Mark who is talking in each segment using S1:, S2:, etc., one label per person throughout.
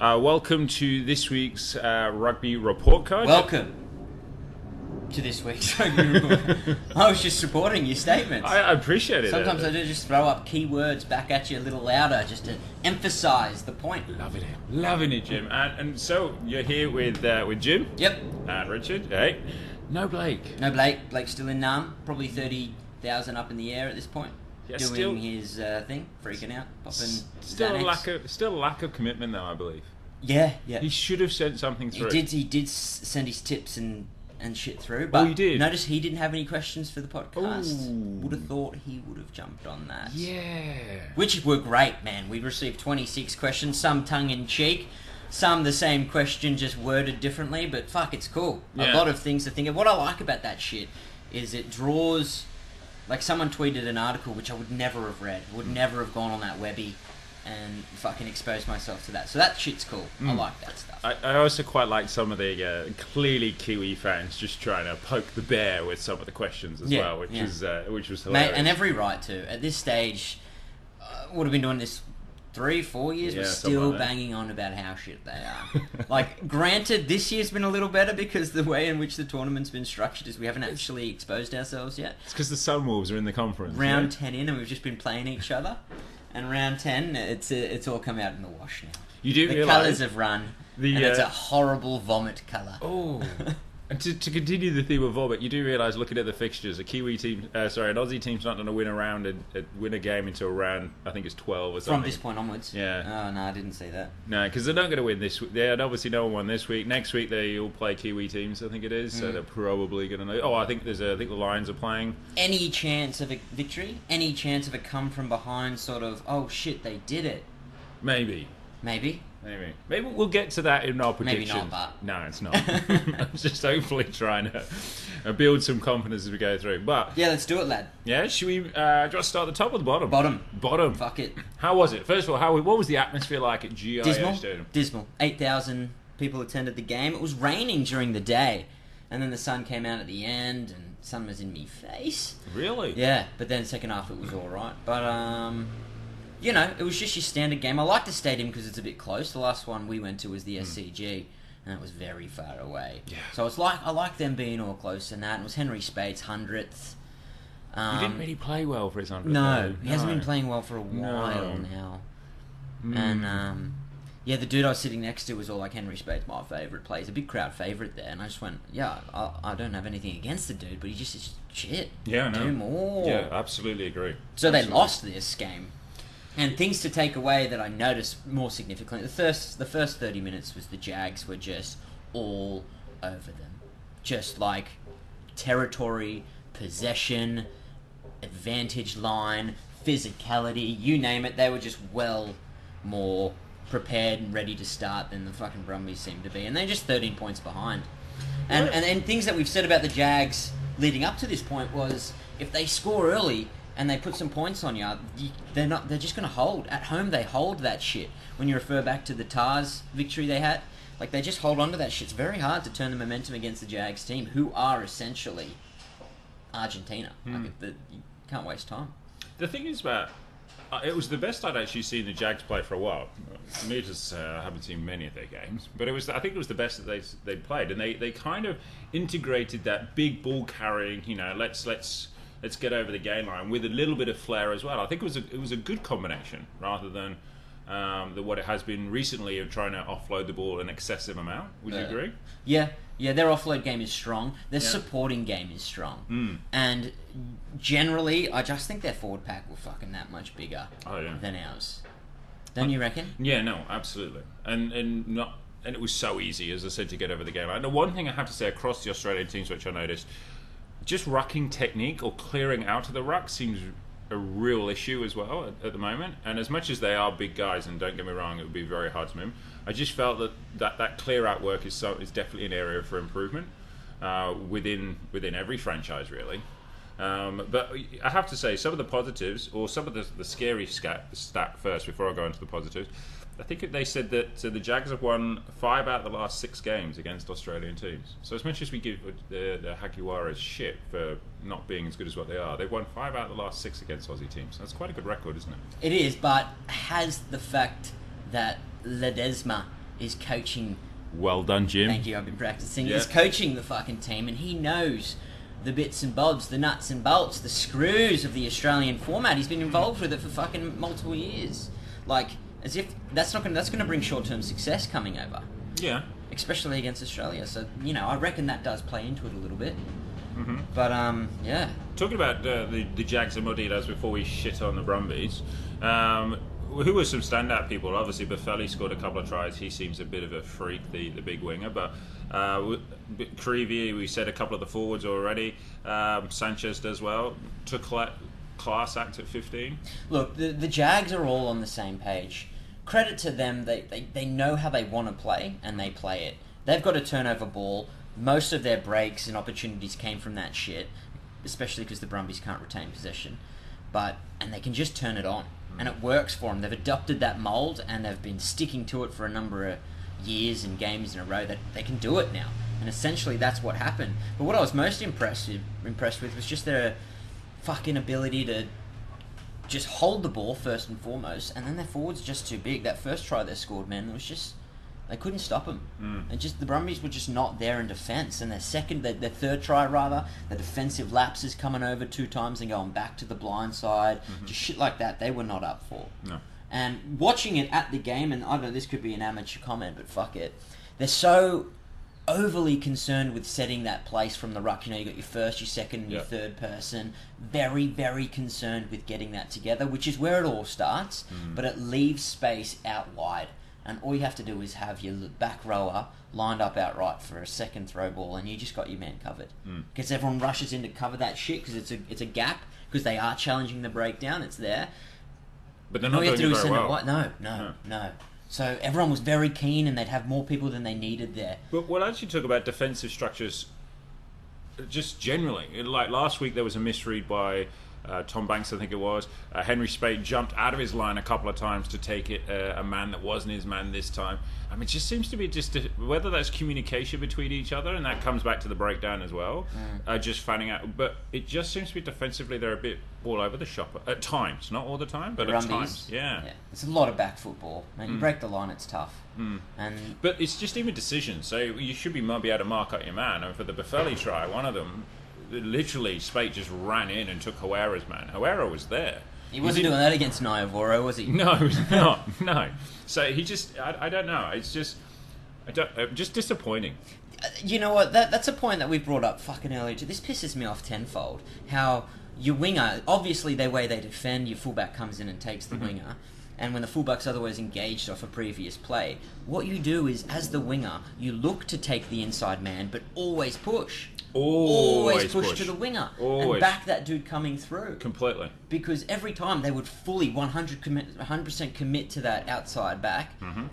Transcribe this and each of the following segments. S1: Uh, welcome to this week's uh, Rugby Report Card.
S2: Welcome to this week's Rugby Report. I was just supporting your statements.
S1: I, I appreciate it.
S2: Sometimes I do just throw up keywords back at you a little louder just to emphasise the point.
S1: Loving it. Loving it, Jim. And, and so you're here with uh, with Jim
S2: Yep.
S1: and Richard. eh? Hey, no Blake.
S2: No Blake. Blake's still in Nam. Probably 30,000 up in the air at this point.
S1: Yeah,
S2: doing
S1: still-
S2: his uh, thing. Freaking out. Popping
S1: Still a
S2: Xanax.
S1: lack of still a lack of commitment, though. I believe
S2: Yeah, yeah.
S1: he should have sent something
S2: He
S1: through.
S2: did, he did s- send his tips and, and shit through. But
S1: he did.
S2: Notice he didn't have any questions for the podcast.
S1: Ooh.
S2: Would have thought he would have jumped on that.
S1: Yeah.
S2: which were great, man. We received 26 questions, some tongue in cheek, some the same question just worded differently, but fuck, it's cool.
S1: Yeah.
S2: A lot of things to think of. What I like about that shit is it draws. Like, someone tweeted an article which I would never have read, would
S1: Mm.
S2: never have gone on that Webby and fucking exposed myself to that. So that shit's cool. I like that stuff.
S1: Mm. I, I also quite like some of the uh, clearly Kiwi fans just trying to poke the bear with some of the questions as
S2: Yeah,
S1: well, which
S2: yeah.
S1: is uh, which was hilarious.
S2: Mate, and every right to. At this stage, uh, would have been doing this three, four years.
S1: Yeah,
S2: we're
S1: something
S2: still
S1: like that.
S2: banging on about how shit they are. like, granted, this year's been a little better because the way in which the tournament's been structured is we haven't actually exposed ourselves yet.
S1: it's because the Sunwolves are in the conference.
S2: Round
S1: yeah?
S2: ten in, and we've just been playing each other. And round ten, it's uh, it's all come out in the wash now.
S1: you do
S2: The
S1: realize
S2: colours have run,
S1: The,
S2: and it's
S1: uh,
S2: a horrible vomit colour.
S1: Oh. And to, to continue the theme of vomit, you do realise, looking at the fixtures, a Kiwi team, uh, sorry, an Aussie team's not going to win a round, and, uh, win a game until round, I think it's twelve or
S2: From
S1: something.
S2: this point onwards.
S1: Yeah.
S2: Oh no, I didn't see that.
S1: No, because they're not going to win this. week. They had obviously no one won this week. Next week they all play Kiwi teams, I think it is. So they're probably going to know. Oh, I think there's. A, I think the Lions are playing.
S2: any chance of a victory, any chance of a come from behind sort of, oh shit, they did it,
S1: Maybe,
S2: maybe.
S1: maybe, maybe we'll get to that in our
S2: Maybe
S1: prediction.
S2: not, but-
S1: No, it's not. I'm just hopefully trying to uh, build some confidence as we go through. But
S2: Yeah, let's do it, lad.
S1: yeah, should we uh, just start at the top or the bottom?
S2: Bottom.
S1: Bottom.
S2: Fuck it.
S1: How was it? First of all, how what was the atmosphere like at GIA
S2: Dismal.
S1: Stadium?
S2: Dismal. 8,000 people attended the game. It was raining during the day, and then the sun came out at the end, and sun was in me face.
S1: Really?
S2: Yeah, but then second half it was all right. But um, you know, it was just your standard game. I like the stadium because it's a bit close. The last one we went to was the SCG, and it was very far away.
S1: Mm. Yeah.
S2: So it's like I like them being all close and that. And it was Henry Spade's hundredth. Um,
S1: he didn't really play well for his hundred.
S2: no, he hasn't been playing well for a while
S1: No. Mm.
S2: now. And um, yeah, the dude I was sitting next to was all like, "Henry Spade's my favourite player. He's a big crowd favourite there." And I just went, "Yeah, I, I don't have anything against the dude, but he just is shit.
S1: Yeah, I know.
S2: do more."
S1: Yeah, absolutely agree.
S2: So they
S1: Absolutely.
S2: lost this game. And things to take away that I noticed more significantly. The first the first 30 minutes was the Jags were just all over them. Just like territory, possession, advantage line, physicality, you name it, they were just well more prepared and ready to start than the fucking Brumbies seemed to be. And they're just 13 points behind. And, and and things that we've said about the Jags leading up to this point was if they score early and they put some points on you, you they're not they're just going to hold at home. They hold that shit. When you refer back to the Tars victory they had, like they just hold on to that shit. It's very hard to turn the momentum against the Jags team, who are essentially Argentina. Like the, you can't waste time.
S1: The thing is that uh, it was the best I'd actually seen the Jags play for a while. Needless to say, I haven't seen many of their games, but it was I think it was the best that they they played, and they, they kind of integrated that big ball carrying. You know, let's let's let's get over the game line with a little bit of flair as well. I think it was a, it was a good combination rather than. Um, the, what it has been recently of trying to offload the ball an excessive amount. Would you
S2: Yeah.
S1: agree?
S2: Yeah, yeah, their offload game is strong. Their
S1: Yeah.
S2: supporting game is strong. And generally, I just think their forward pack were fucking that much bigger
S1: Oh, yeah.
S2: than ours. Don't you reckon?
S1: Yeah, no, absolutely, and and not and it was so easy, as I said, to get over the game. And the one thing I have to say across the Australian teams, which I noticed, just rucking technique or clearing out of the ruck seems a real issue as well at, at the moment. And as much as they are big guys, and don't get me wrong, it would be very hard to move. I just felt that that, that clear out work is so is definitely an area for improvement uh, within within every franchise, really. Um, but I have to say, some of the positives, or some of the, the scary scat, stat first before I go into the positives, I think they said that so the Jags have won five out of the last six games against Australian teams. So as much as we give uh, the, the Hakiwaras shit for not being as good as what they are, they've won five out of the last six against Aussie teams. That's quite a good record, isn't it?
S2: It is, but has the fact that Ledesma is coaching.
S1: Well done, Jim.
S2: Thank you. I've been practicing.
S1: Yeah.
S2: Is coaching the fucking team, and he knows the bits and bobs, the nuts and bolts, the screws of the Australian format. He's been involved with it for fucking multiple years. Like as if that's not gonna that's gonna bring short term success coming over,
S1: Yeah.
S2: especially against Australia. So you know, I reckon that does play into it a little bit. But um, yeah,
S1: Talking about uh, the, the Jags and Modidas before we shit on the Brumbies, um, who were some standout people? Obviously, Buffelli scored a couple of tries. He seems a bit of a freak, the, the big winger. But uh, w- B- Creevy, we said a couple of the forwards already. Um, Sanchez does well. Took cla- class act at 15.
S2: Look, the, the Jags are all on the same page. Credit to them, they, they, they know how they want to play and they play it. They've got a turnover ball. Most of their breaks and opportunities came from that shit, especially because the Brumbies can't retain possession. But and they can just turn it on, and it works for them. They've adopted that mold and they've been sticking to it for a number of years and games in a row. That they can do it now, and essentially that's what happened. But what I was most impressed impressed with was just their fucking ability to just hold the ball first and foremost, and then their forwards just too big. That first try they scored, man, it was just they couldn't stop them. Mm. And just the Brumbies were just not there in defence. And their second, their, their third try rather, the defensive lapses coming over two times and going back to the blind side, just shit like that. They were not up for.
S1: No.
S2: And watching it at the game, and I don't know, this could be an amateur comment, but fuck it. They're so overly concerned with setting that place from the ruck. You know, you got your first, your second, and your
S1: Yeah.
S2: third person. Very, very concerned with getting that together, which is where it all starts, but it leaves space out wide. And all you have to do is have your l- back rower lined up out right for a second throw ball, and you just got your man covered. Because everyone rushes in to cover that shit because it's a, it's a gap, because they are challenging the breakdown, it's there.
S1: But they're
S2: All
S1: not
S2: Oh, you have
S1: doing
S2: to do
S1: it
S2: is
S1: very
S2: send it
S1: well.
S2: wide. No, no, no. So everyone was very keen, and they'd have more people than they needed there.
S1: But we'll actually talk about defensive structures uh, just generally. It- Like last week, there was a misread by uh, Tom Banks, I think it was. Uh, Henry Spade jumped out of his line a couple of times to take it uh, a man that wasn't his man this time. I mean, it just seems to be just uh, whether that's communication between each other, and that comes back to the breakdown as well. Uh, just finding out, but it just seems to be defensively they're a bit all over the shop at times, not all the time, but at
S2: Brumbies.
S1: times. Yeah. Mm.
S2: It's a lot of back football. Man, you break the line, it's tough. And
S1: But it's just even decisions. So you should be might be able to mark out your man. And for the Buffelli try, one of them, literally, Spate just ran in and took Herrera's man. Herrera was there.
S2: he wasn't doing that against Niavoro, was he?
S1: No, he was not. No. So he just, I, I don't know. It's just, I don't, uh, just disappointing.
S2: Uh, You know what? That, that's a point that we brought up fucking earlier. too. This pisses me off tenfold. How your winger, obviously, the way they defend, your fullback comes in and takes
S1: Mm-hmm.
S2: the winger. And when the fullback's otherwise engaged off a previous play, what you do is, as the winger, you look to take the inside man, but always push.
S1: Always
S2: push,
S1: push.
S2: to the winger. And
S1: Always.
S2: back that dude coming through.
S1: Completely.
S2: because every time they would fully 100 commit, 100% commit to that outside back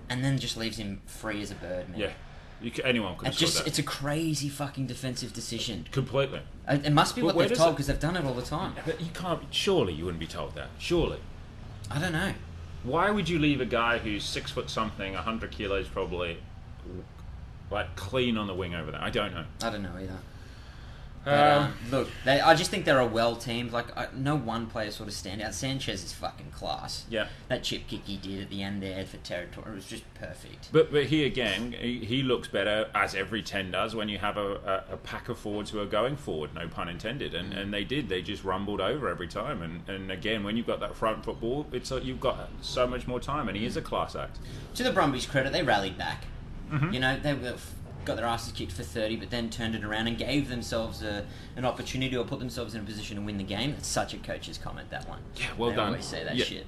S2: and then just leaves him free as a bird man
S1: Mm-hmm. Yeah. You c anyone could have
S2: It's
S1: scored
S2: just
S1: that.
S2: it's a crazy fucking defensive decision.
S1: Completely.
S2: I- It must be
S1: But
S2: what
S1: where
S2: they've
S1: does
S2: told
S1: it-
S2: because they've done it all the time.
S1: But you can't, surely you wouldn't be told that. Surely.
S2: I don't know.
S1: why would you leave a guy who's six foot something, 100 kilos probably, like clean on the wing over there? I don't know.
S2: I don't know either. But,
S1: Um,
S2: um, look, they, I just think they're a well teamed. Like I, no one player sort of stand out. Sanchez is fucking class.
S1: Yeah.
S2: That chip kick he did at the end there for territory was just perfect.
S1: but but he again, he, he looks better as every ten does when you have a, a, a pack of forwards who are going forward, no pun intended, and, and they did. They just rumbled over every time, and, and again when you've got that front football, it's a, you've got so much more time, and he is a class act.
S2: To the Brumbies' credit, they rallied back.
S1: Mm-hmm.
S2: You know, they were, got their asses kicked for 30, but then turned it around and gave themselves a, an opportunity or put themselves in a position to win the game. That's such a coach's comment, that one.
S1: Yeah, well
S2: they
S1: done.
S2: always say that
S1: Yeah.
S2: shit.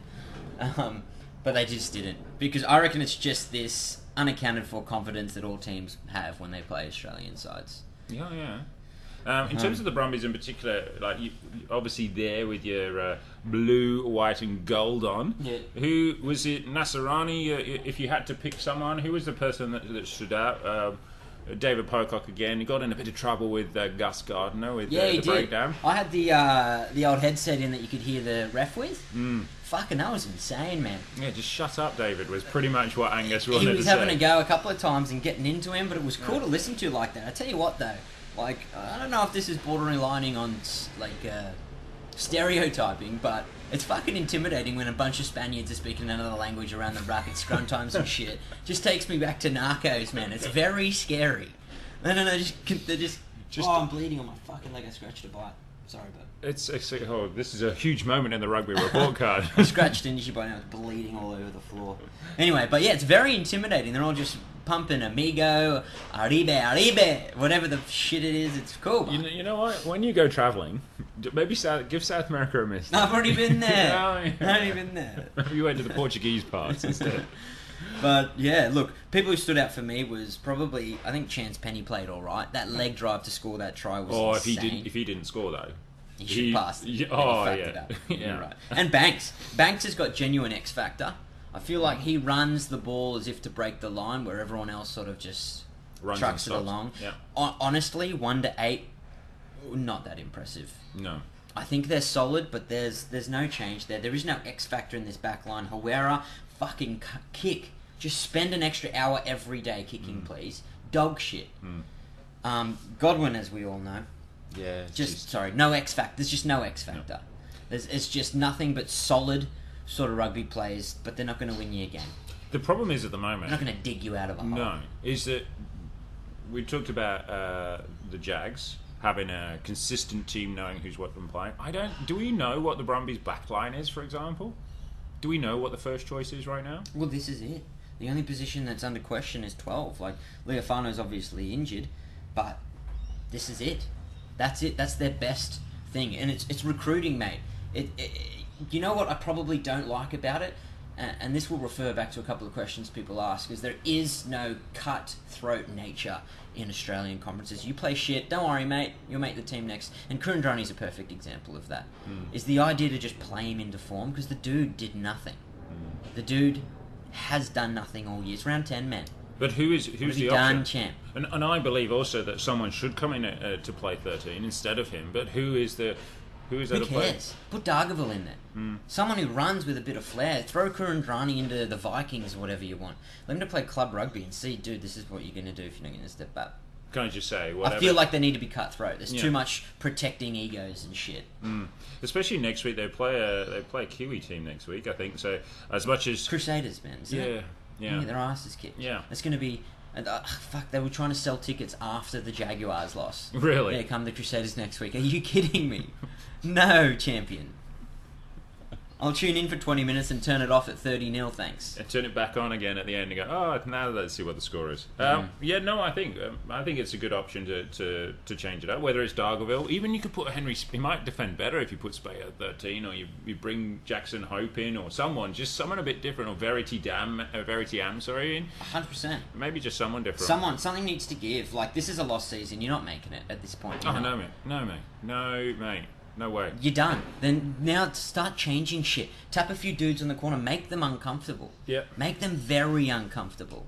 S2: Um, but they just didn't. Because I reckon it's just this unaccounted for confidence that all teams have when they play Australian sides.
S1: Yeah, yeah. Um, in terms of the Brumbies in particular, like you, you- obviously there with your uh, blue, white, and gold on.
S2: Yeah.
S1: Who was it? Nasserani. Uh, i- if you had to pick someone, who was the person that, that stood out? Um, David Pocock again. He got in a bit of trouble with uh, Gus Gardner with
S2: Yeah,
S1: uh,
S2: he
S1: the
S2: did.
S1: breakdown.
S2: I had the uh, the old headset in that you could hear the ref with. Mm. Fucking, that was insane, man.
S1: Yeah, just shut up, David. Was pretty much what Angus wanted
S2: he was
S1: to
S2: having
S1: say.
S2: a go a couple of times and getting into him, but it was cool to listen to like that. I tell you what, though, like I don't know if this is bordering lining on s- like uh, stereotyping, but It's fucking intimidating when a bunch of Spaniards are speaking another language around the ruck at scrum times and shit. Just takes me back to Narcos, man. It's very scary. No, no, no. Just, they're just.
S1: Just-
S3: oh, I'm bleeding on my fucking leg. I scratched a bite. Sorry, but
S1: It's, it's oh, this is a huge moment in the rugby report card.
S2: I scratched an
S3: didn't you by now? I was bleeding all over the floor.
S2: Anyway, but yeah, it's very intimidating. They're all just pumping amigo, arribe, arribe, whatever the shit it is. It's cool.
S1: You
S2: man.
S1: know, you know what? When you go traveling, d- maybe South, give South America a miss.
S2: I've already been there.
S1: Oh, yeah.
S2: Not even there.
S1: Maybe you went to the Portuguese parts instead.
S2: But yeah, look, people who stood out for me was probably I think Chance Penny played all right. That leg drive to score that try was
S1: or Oh, if he
S2: insane.
S1: didn't, if he didn't score though,
S2: He should
S1: He-
S2: pass.
S1: yeah,
S2: but
S1: oh,
S2: he fucked
S1: yeah.
S2: It up.
S1: Yeah.
S2: You're right. And Banks. Banks has got genuine X factor. I feel like he runs the ball as if to break the line, where everyone else sort of just
S1: Runs
S2: trucks it
S1: and stops.
S2: along.
S1: Yeah.
S2: Hon- honestly, one to eight, not that impressive.
S1: no.
S2: I think they're solid, but there's there's no change there. There is no X factor in this back line. Herrera, fucking c- kick. Just spend an extra hour every day
S1: Mm.
S2: kicking, please. Dog shit. Um, Godwin, as we all know,
S1: Yeah.
S2: just sorry, no X factor. There's just no X factor. There's it's just nothing but solid sort of rugby plays, but they're not going to win you again.
S1: the problem is at the
S2: They're not
S1: moment.
S2: going to dig you out of a hole.
S1: No, is that we talked about uh, the Jags having a consistent team, knowing who's what them playing. I don't. Do we know what the Brumbies' back line is, for example? Do we know what the first choice is right now?
S2: Well, this is it. The only position that's under question is 12. Like, Leofano's obviously injured, but this is it. That's it. That's their best thing. And it's, it's recruiting, mate. It, it, it- you know what I probably don't like about it? And, and this will refer back to a couple of questions people ask, is there is no cutthroat nature in Australian conferences. You play shit, don't worry, mate. You'll make the team next. And Kurundrani's a perfect example of that. Is the idea to just play him into form? Because the dude did nothing. The dude has done nothing all year. It's round 10 men.
S1: But who is who's
S2: Has he
S1: the
S2: done,
S1: option?
S2: champ?
S1: And, and I believe also that someone should come in uh, to play 13 instead of him. But who is the who is that
S2: Who
S1: player?
S2: cares? Put Dargaville in there.
S1: Hmm.
S2: Someone who runs with a bit of flair. Throw Kurandrani into the Vikings or whatever you want. Let him to play club rugby and see, dude, this is what you're going to do if you're not going to step up.
S1: Can I just say whatever?
S2: I feel like they need to be cutthroat. There's
S1: Yeah.
S2: too much protecting egos and shit.
S1: especially next week they play a they play a Kiwi team next week. I think so. As much as
S2: Crusaders, man. isn't
S1: yeah,
S2: it?
S1: yeah,
S2: Yeah, their asses kicked.
S1: Yeah.
S2: It's going to be. And, uh, fuck, they were trying to sell tickets after the Jaguars loss.
S1: Really?
S2: There come the Crusaders next week. Are you kidding me? no, champion. I'll tune in for 20 minutes and turn it off at 30 nil, thanks.
S1: and turn it back on again at the end and go, oh, now let's see what the score is. Um, yeah, no, I think um, I think it's a good option to, to, to change it up. Whether it's Dargaville, even you could put Henry. Sp- He might defend better if you put Spay at thirteen, or you, you bring Jackson Hope in, or someone just someone a bit different, or Verity Dam, uh, Verity Am, sorry, in
S2: 100%.
S1: maybe just someone different.
S2: Someone, something needs to give. Like, this is a lost season. You're not making it at this point.
S1: Oh
S2: You're
S1: no,
S2: not.
S1: mate, no, mate, no, mate, no way.
S2: You're done. Then now start changing shit. Tap a few dudes in the corner, make them uncomfortable.
S1: Yeah. Mm.
S2: Make them very uncomfortable.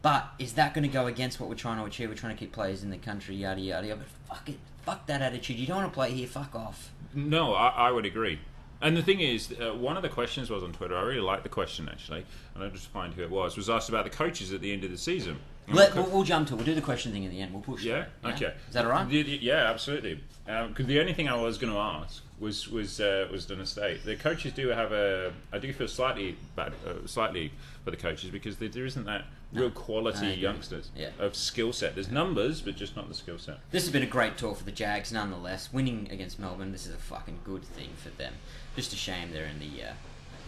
S2: But is that going to go against what we're trying to achieve? We're trying to keep players in the country, yada yada. yada. But fuck it, fuck that attitude. You don't want to play here. Fuck off.
S1: No, I, I would agree. And the thing is, uh, one of the questions was on Twitter. I really liked the question actually, and I just find who it was. Was asked about the coaches at the end of the season. And
S2: Let,
S1: what
S2: we'll,
S1: co-
S2: we'll jump to it. We'll do the question thing at the end. We'll push.
S1: yeah.
S2: it.
S1: Okay.
S2: Is that all right?
S1: The- the- yeah, absolutely. Because the only thing I was going to ask was was uh, was the mistake. The coaches do have a. I do feel slightly bad, uh, slightly for the coaches because there, there isn't that real quality
S2: I agree.
S1: youngsters
S2: Yeah.
S1: of skill set. There's numbers, but just not the skill set.
S2: This has been a great tour for the Jags, nonetheless. Winning against Melbourne, this is a fucking good thing for them. Just a shame they're in the. Uh,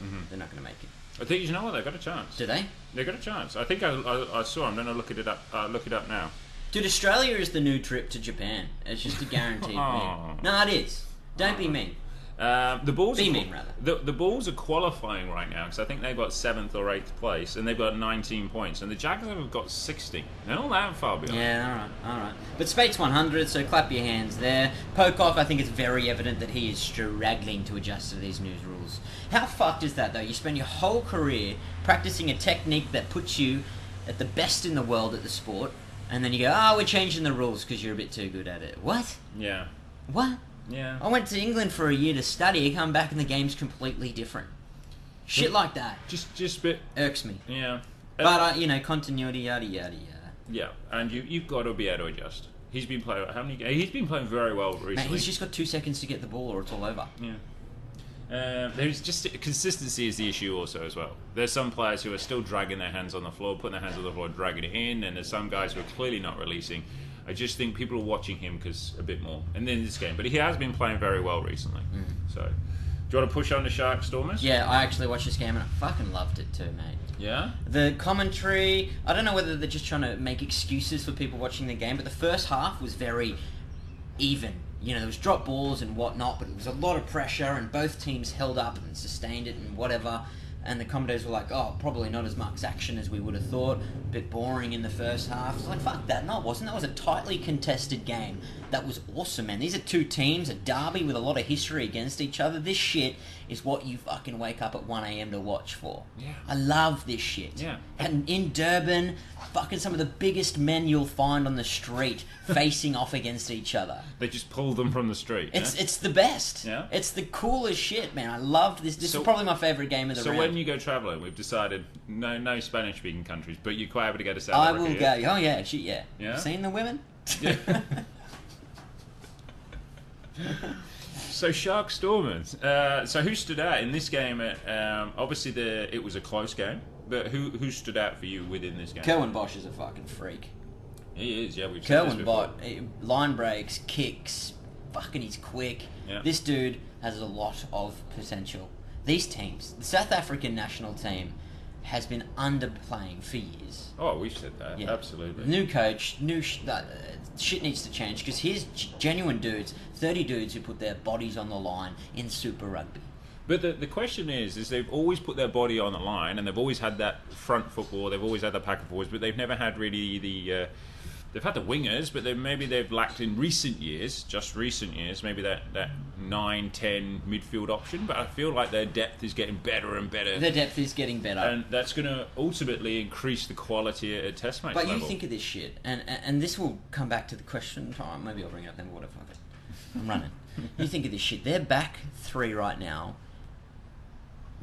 S1: Mm-hmm.
S2: They're not going to make it.
S1: I think you know what they've got a chance.
S2: Do they?
S1: They've got a chance. I think I, I, I saw. I'm going to look it up. Uh, look it up now.
S2: Dude, Australia is the new trip to Japan. It's just a guaranteed
S1: Aw.
S2: win. No, it is. Don't
S1: Oh.
S2: be mean.
S1: Um, the Bulls.
S2: Be
S1: are-
S2: mean, rather.
S1: The, the Bulls are qualifying right now because I think they've got seventh or eighth place, and they've got 19 points, and the Jaguars have got 60. They're not that far behind.
S2: Yeah, all right, all right. But Spate's 100, so clap your hands there. Pocock, I think it's very evident that he is struggling to adjust to these new rules. How fucked is that, though? You spend your whole career practicing a technique that puts you at the best in the world at the sport, and then you go, oh, we're changing the rules because you're a bit too good at it. What?
S1: Yeah.
S2: What?
S1: Yeah.
S2: I went to England for a year to study, I come back and the game's completely different. Shit like that
S1: Just, just a bit.
S2: irks me.
S1: Yeah.
S2: But, uh, you know, continuity, yada, yada, yada.
S1: yeah, and you, you've got to be able to adjust. He's been playing. How many? He's been playing very well recently.
S2: Mate, he's just got two seconds to get the ball, or it's all over.
S1: yeah. Um, there's just consistency is the issue also as well. There's some players who are still dragging their hands on the floor, putting their hands on the floor, dragging it in, and there's some guys who are clearly not releasing. I just think people are watching him because a bit more, and then this game. But he has been playing very well recently. So, do you want to push on to Shark Stormers?
S2: Mm. Yeah, I actually watched this game and I fucking loved it too, mate.
S1: Yeah.
S2: The commentary, I don't know whether they're just trying to make excuses for people watching the game, but the first half was very even. You know, there was drop balls and whatnot, but it was a lot of pressure, and both teams held up and sustained it and whatever. And the Commodores were like, oh, probably not as much action as we would have thought. bit boring in the first half. It's like, fuck that. No, it wasn't. That was a tightly contested game. That was awesome, man. These are two teams, a derby with a lot of history against each other. This shit is what you fucking wake up at 1am to watch for.
S1: Yeah.
S2: I love this shit.
S1: Yeah.
S2: And in Durban, fucking some of the biggest men you'll find on the street facing off against each other.
S1: They just pulled them from the street. yeah?
S2: It's it's the best.
S1: Yeah.
S2: It's the coolest shit, man. I loved this. This
S1: So-
S2: is probably my favorite game of the
S1: so
S2: round.
S1: when you go traveling, we've decided no no Spanish speaking countries, but you're quite able to go to South
S2: I
S1: Africa.
S2: will
S1: yeah?
S2: go. Oh yeah, shit, yeah.
S1: Yeah?
S2: Seen the women?
S1: Yeah. So Shark Stormers. Uh, so who stood out in this game? Um, obviously, the it was a close game, but who who stood out for you within this game?
S3: Kerwin Bosch is a fucking
S2: fucking freak.
S1: He is, yeah. We've seen this
S2: Kerwin
S1: before.
S2: bot eh, line breaks, kicks, fucking he's quick.
S1: Yeah.
S2: This dude has a lot of potential. These teams, the South African national team, has been underplaying for years.
S1: Oh, we've said that.
S2: Yeah.
S1: Absolutely.
S2: New coach, new sh- that, uh, shit needs to change because here's g- genuine dudes, 30 dudes who put their bodies on the line in Super Rugby.
S1: But the, the question is, is they've always put their body on the line, and they've always had that front football. They've always had the pack of forwards, but they've never had really the. Uh, they've had the wingers, but they maybe they've lacked in recent years, just recent years, maybe that that nine ten midfield option. But I feel like their depth is getting better and better,
S2: Their depth is getting better.
S1: and that's going to ultimately increase the quality at, at Test match
S2: but
S1: level.
S2: you think of this shit, and, and and this will come back to the question time. Maybe I'll bring it up then. What if I? I'm running. you think of this shit. Their back three right now,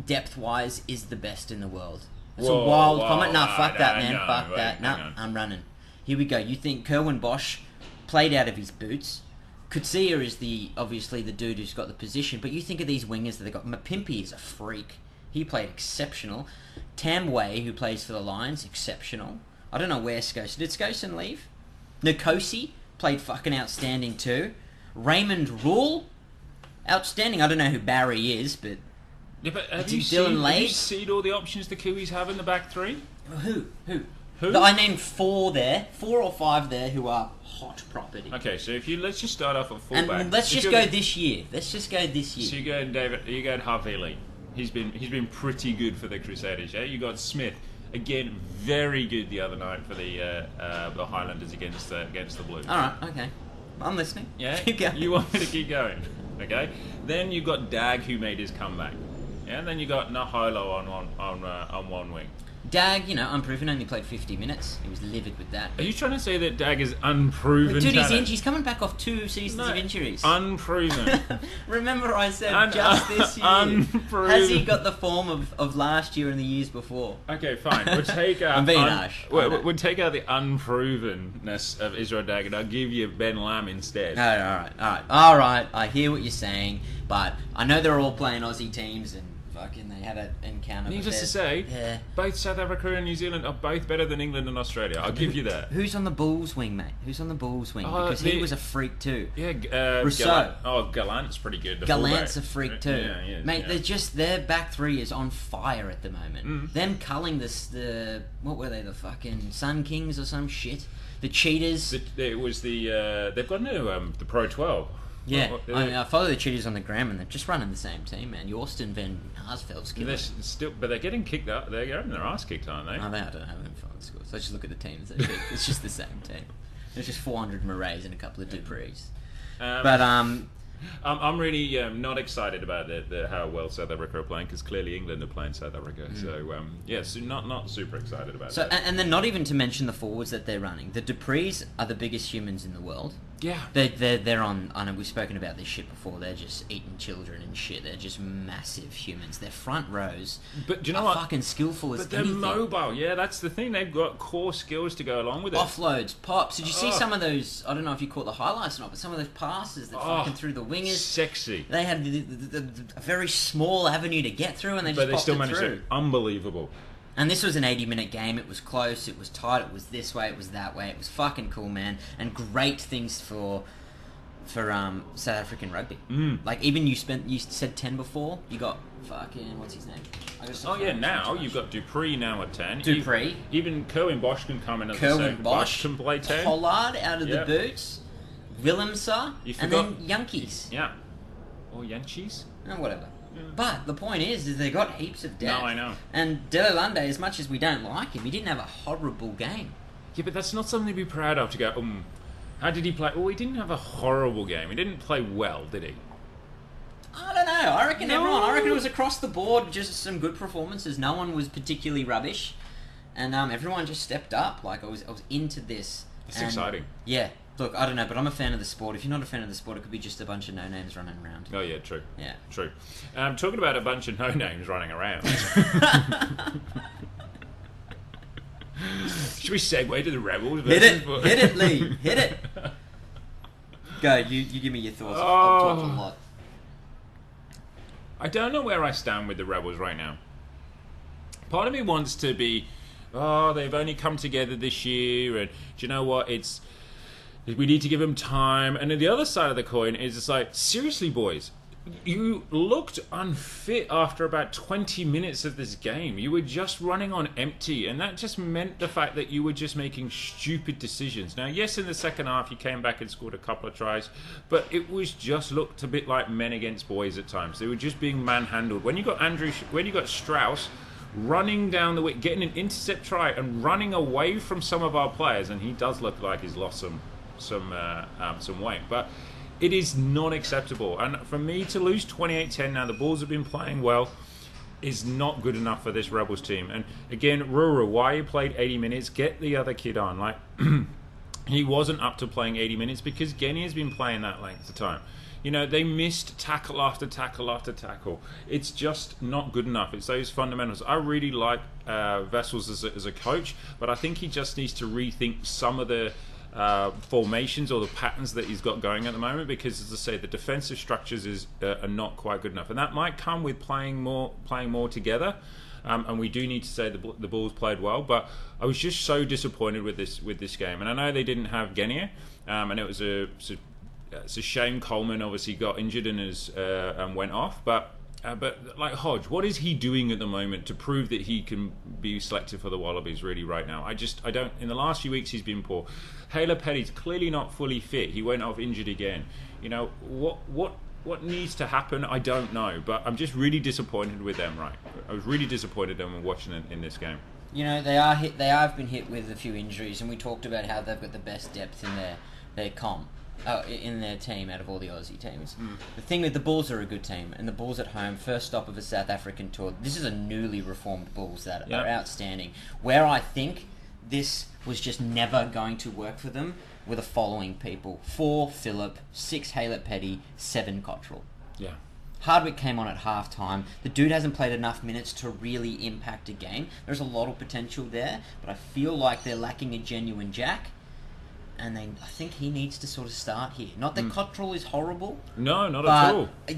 S2: depth wise, is the best in the world. It's
S1: Whoa,
S2: a wild
S1: whoa,
S2: comment. Nah,
S1: I-
S2: fuck that,
S1: I
S2: man.
S1: know,
S2: fuck
S1: wait,
S2: that.
S1: hang
S2: Nah,
S1: on.
S2: I'm running. Here we go. You think Kerwin Bosch played out of his boots? Kutsia is the obviously the dude who's got the position, but you think of these wingers that they got. Mapimpi is a freak. He played exceptional. Tamway, who plays for the Lions, exceptional. I don't know where Skosin did Skosin leave. Nikosi played fucking outstanding too. Raymond Rule, outstanding. I don't know who Barry is, but
S1: yeah, but have
S2: do
S1: you,
S2: Dylan
S1: seen, have you
S2: Lage?
S1: seen all the options the Kiwis have in the back three?
S2: who who
S1: Who?
S2: I named four there, four or five there who are hot property.
S1: Okay, so if you let's just start off at
S2: And
S1: fullback.
S2: let's
S1: If
S2: just
S1: you're
S2: go
S1: gonna-
S2: this year. Let's just go this year.
S1: So you going David? You going Harvey Lee? He's been he's been pretty good for the Crusaders. Yeah, you got Smith again, very good the other night for the uh, uh, the Highlanders against the, against the Blues.
S2: All right, okay. I'm listening.
S1: Yeah,
S2: Keep going.
S1: you want me to keep going? Okay. Then you got Dag who made his comeback. Yeah, and then you got Naholo on one on uh, on one wing.
S2: Dag, you know, unproven, only played 50 minutes. He was livid with that.
S1: Are you trying to say that Dag is unproven?
S2: But dude, he's,
S1: talent?
S2: in, he's coming back off two seasons
S1: No,
S2: of injuries.
S1: Unproven.
S2: Remember, I said
S1: Un-
S2: just this year.
S1: unproven.
S2: Has he got the form of, of last year and the years before?
S1: Okay, fine. We'll take out.
S2: I'm being harsh. I
S1: We'll,
S2: know.
S1: we'll take out the unprovenness of Israel Dag, and I'll give you Ben Lam instead.
S2: No, all right, all right, all right. I hear what you're saying, but I know they're all playing Aussie teams and fucking they had an encounter. but
S1: Needless to say,
S2: they're- yeah.
S1: both South Africa and New Zealand are both better than England and Australia. I'll give you that.
S2: Who's on the Bulls wing, mate? Who's on the Bulls wing?
S1: Oh,
S2: because
S1: the-
S2: he was a freak too.
S1: Yeah, g- uh,
S2: Rousseau.
S1: Gallant. Oh, Gallant's pretty good. the
S2: Gallant's a
S1: fullback.
S2: freak too,
S1: Yeah, yeah,
S2: mate.
S1: yeah.
S2: They're just their back three is on fire at the moment.
S1: Mm.
S2: Them culling this the what were they the fucking Sun Kings or some shit? The Cheaters.
S1: The- the- It was the uh, they've got new um, the Pro 12.
S2: yeah,
S1: What- what-
S2: I, mean, I follow the Cheaters on the gram and they're just running the same team, man. Yorston Van Harsfeld's
S1: they're
S2: killing.
S1: s- still, but they're getting kicked out. They're getting their ass kicked, aren't they?
S2: I mean, I don't have them fucking scores. Let's just look at the teams. they pick. it's just the same team. There's just 400 Marays and a couple of Duprees.
S1: Um,
S2: But um,
S1: I'm, I'm really um, not excited about the, the, how well South Africa are playing because clearly England are playing South Africa. So um, yeah, so not not super excited about
S2: Hmm. So,
S1: that.
S2: and, and then not even to mention the forwards that they're running. The Duprees are the biggest humans in the world.
S1: Yeah.
S2: They they're, they're on. I know we've spoken about this shit before. They're just eating children and shit. They're just massive humans. Their front rows.
S1: But do you know
S2: are
S1: what?
S2: Fucking skillful as
S1: But they're
S2: Oh, anything.
S1: mobile. Yeah, that's the thing. They've got core skills to go along with it.
S2: Oh, Offloads, pops. Did you see
S1: Oh.
S2: some of those? I don't know if you caught the highlights or not, but some of those passes that
S1: Oh.
S2: fucking through the wingers.
S1: Sexy.
S2: They had the, the, the, the- a very small avenue to get through, and they just
S1: But they
S2: popped
S1: still
S2: it
S1: managed
S2: through.
S1: it. Unbelievable.
S2: And this was an 80 minute game. It was close, it was tight, it was this way, it was that way. It was fucking cool, man. And great things for for um, South African rugby.
S1: Mm.
S2: Like even you spent you said 10 before, you got fucking what's his name?
S3: I just
S1: Oh yeah, now you've got Dupree now at ten.
S2: Dupree.
S1: E- even Kerwin Bosch can come in. As a
S2: Kerwin
S1: second.
S2: Bosch,
S1: can play ten.
S2: Pollard out of
S1: Yep.
S2: the boots, Willemser,
S1: You
S2: and
S1: forgot-
S2: then Yankees.
S1: Yeah. Oh, Or Yanchis.
S2: And Eh, whatever.
S1: Yeah.
S2: But the point is, is they got heaps of depth.
S1: Mm. No, I know.
S2: And Delelande, as much as we don't like him, he didn't have a horrible game.
S1: Yeah, but that's not something to be proud of. To go, um, how did he play? Well, he didn't have a horrible game. He didn't play well, did he?
S2: I don't know. I reckon
S1: No.
S2: everyone. I reckon it was across the board, just some good performances. No one was particularly rubbish, and um, everyone just stepped up. Like I was, I was into this.
S1: That's
S2: and-
S1: exciting.
S2: Yeah. Look, I don't know, but I'm a fan of the sport. If you're not a fan of the sport, it could be just a bunch of no names running around.
S1: Oh yeah, true.
S2: Yeah.
S1: True. Um, talking about a bunch of no names running around. Should we segue to the rebels?
S2: Hit it,
S1: versus-
S2: hit it, Lee, hit it. Go. You, you give me your thoughts.
S3: I've talked a
S1: Oh.
S3: lot.
S1: I don't know where I stand with the rebels right now. Part of me wants to be, oh, they've only come together this year, and do you know what? It's we need to give them time. And then the other side of the coin is it's like, seriously, boys, you looked unfit after about 20 minutes of this game. You were just running on empty, and that just meant the fact that you were just making stupid decisions. Now, yes, in the second half, you came back and scored a couple of tries, but it was just looked a bit like men against boys at times. They were just being manhandled. When you got Andrew, when you got Strauss running down the wicket, getting an intercept try, and running away from some of our players. And he does look like he's lost some some uh, um, some weight, but it is not acceptable. And for me to lose 28-10 now, the balls have been playing well. Is not good enough for this Rebels team. And again, Rura, why you played 80 minutes? Get the other kid on. Like, he wasn't up to playing 80 minutes because Genny has been playing that length of time. You know, they missed tackle after tackle after tackle. It's just not good enough. It's those fundamentals. I really like uh, Vessels as a, as a coach, but I think he just needs to rethink some of the uh, formations or the patterns that he's got going at the moment because, as I say, the defensive structures is uh, are not quite good enough, and that might come with playing more playing more together. Um, and we do need to say the, ball- the Bulls played well, but I was just so disappointed with this with this game. And I know they didn't have Genia, um, and it was a it's a- it's a shame Coleman obviously got injured and is uh, and went off. But uh, but like Hodge, what is he doing at the moment to prove that he can be selected for the Wallabies really right now? I just I don't. In the last few weeks, he's been poor. Haler Petty's clearly not fully fit. He went off injured again. You know what what. What needs to happen? I don't know, but I'm just really disappointed with them. Right, I was really disappointed in them watching it in this game.
S2: You know they are hit. They have been hit with a few injuries, and we talked about how they've got the best depth in their their comp. Uh, in their team out of all the Aussie teams. The thing with the Bulls are a good team, and the Bulls at home, first stop of a South African tour. This is a newly reformed Bulls that
S1: Yeah.
S2: are outstanding. Where I think this was just never going to work for them were the following people four Phillip, six Halep Petty, seven Cottrell.
S1: Yeah,
S2: Hardwick came on at half time. The dude hasn't played enough minutes to really impact a game. There's a lot of potential there, but I feel like they're lacking a genuine jack. And they, I think he needs to sort of start here. Not that Cottrell is horrible,
S1: no, Hmm. not at
S2: but
S1: all.
S2: uh,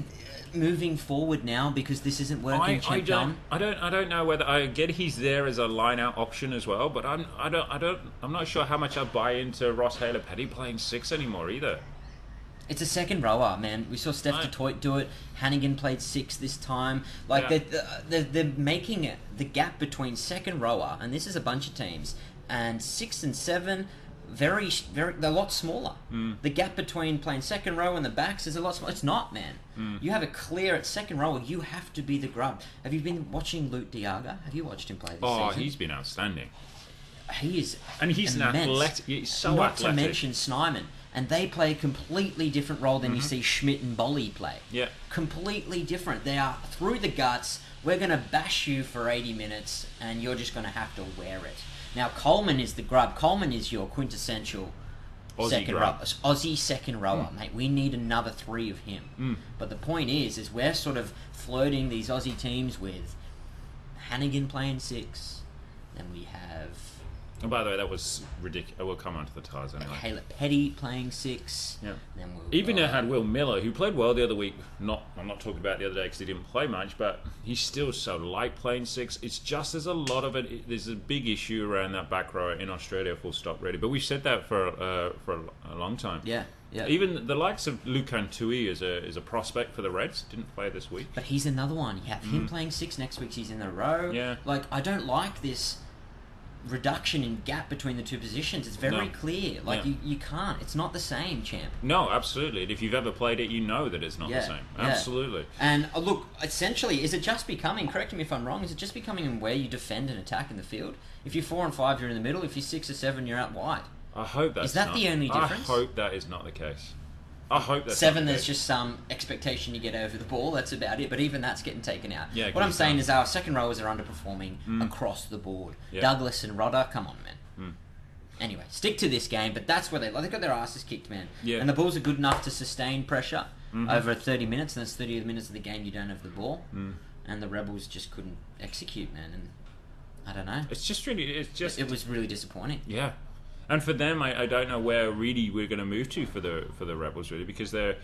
S2: moving forward now because this isn't
S1: I,
S2: working.
S1: I
S2: Champ
S1: don't,
S2: Dunn.
S1: I don't, I don't know whether I get he's there as a line out option as well, but I'm, I don't, I don't, I'm not sure how much I buy into Ross Haler Petty playing six anymore either.
S2: It's a second rower, man. We saw Steph
S1: I-
S2: Detroit do it. Hannigan played six this time. Like
S1: Yeah.
S2: they're, uh, they're, they're making it, the gap between second rower, and this is a bunch of teams, and six and seven, very very they're a lot smaller.
S1: Mm.
S2: The gap between playing second row and the backs is a lot smaller. It's not, man.
S1: Mm.
S2: You have a clear at second rower. You have to be the grub. Have you been watching Luke Diaga? Have you watched him play this
S1: Oh,
S2: season?
S1: he's been outstanding,
S2: he is
S1: and he's
S2: immense
S1: an athletic. He's so
S2: not
S1: athletic.
S2: to mention Snyman. And they play a completely different role than you see Schmidt and Bolly play.
S1: Mm-hmm. Yeah.
S2: Completely different. They are through the guts. We're going to bash you for 80 minutes, and you're just going to have to wear it. Now, Coleman is the grub. Coleman is your quintessential
S1: Aussie
S2: second
S1: grub. Mm.
S2: rower, Aussie second rower, mate. We need another three of him. But the point is, is we're sort of floating these Aussie teams with Hannigan playing six, then we have
S1: And by the way, that was ridiculous. We'll come on to the ties anyway.
S2: Caleb Petty playing six.
S1: Yeah.
S2: Then we'll
S1: Even
S2: got-
S1: it had Will Miller, who played well the other week. Not, I'm not talking about the other day because he didn't play much, but he's still so light playing six. It's just there's a lot of it. There's a big issue around that back row in Australia, full stop, really. But we've said that for uh, for a long time.
S2: yeah, yeah.
S1: Even the likes of Luke Antui is a is a prospect for the Reds. Didn't play this week.
S2: But he's another one. You have him playing six next week. He's in the row.
S1: Mm. Yeah.
S2: Like I don't like this reduction in gap between the two positions. It's very
S1: No.
S2: clear. Like
S1: Yeah.
S2: you, you can't. It's not the same, champ.
S1: No, absolutely. And if you've ever played it, you know that it's not
S2: Yeah,
S1: the same.
S2: yeah.
S1: Absolutely.
S2: And uh, look, essentially, is it just becoming? Correct me if I'm wrong. Is it just becoming in where you defend and attack in the field? If you're four and five, you're in the middle. If you're six or seven, you're out wide.
S1: I hope that's
S2: Is that
S1: not-
S2: the only difference?
S1: I hope that is not the case. I hope that's
S2: Seven,
S1: not the
S2: there's
S1: case.
S2: just some expectation you get over the ball. That's about it. But even that's getting taken out.
S1: Yeah, it
S2: what I'm
S1: goes
S2: saying
S1: down.
S2: is our second rowers are underperforming across the board.
S1: Yeah. Mm.
S2: Douglas and Rodder, come on, man. Anyway, stick to this game. But that's where they they got their asses kicked, man.
S1: Yeah. Mm-hmm.
S2: And the Bulls are good enough to sustain pressure over 30 minutes. And that's 30 minutes of the game you don't have the ball.
S1: Mm.
S2: And the Rebels just couldn't execute, man. And I don't know.
S1: It's just really. It's just.
S2: It was really disappointing.
S1: Yeah, and for them, I, I don't know where really we're going to move to for the for the Rebels really because they're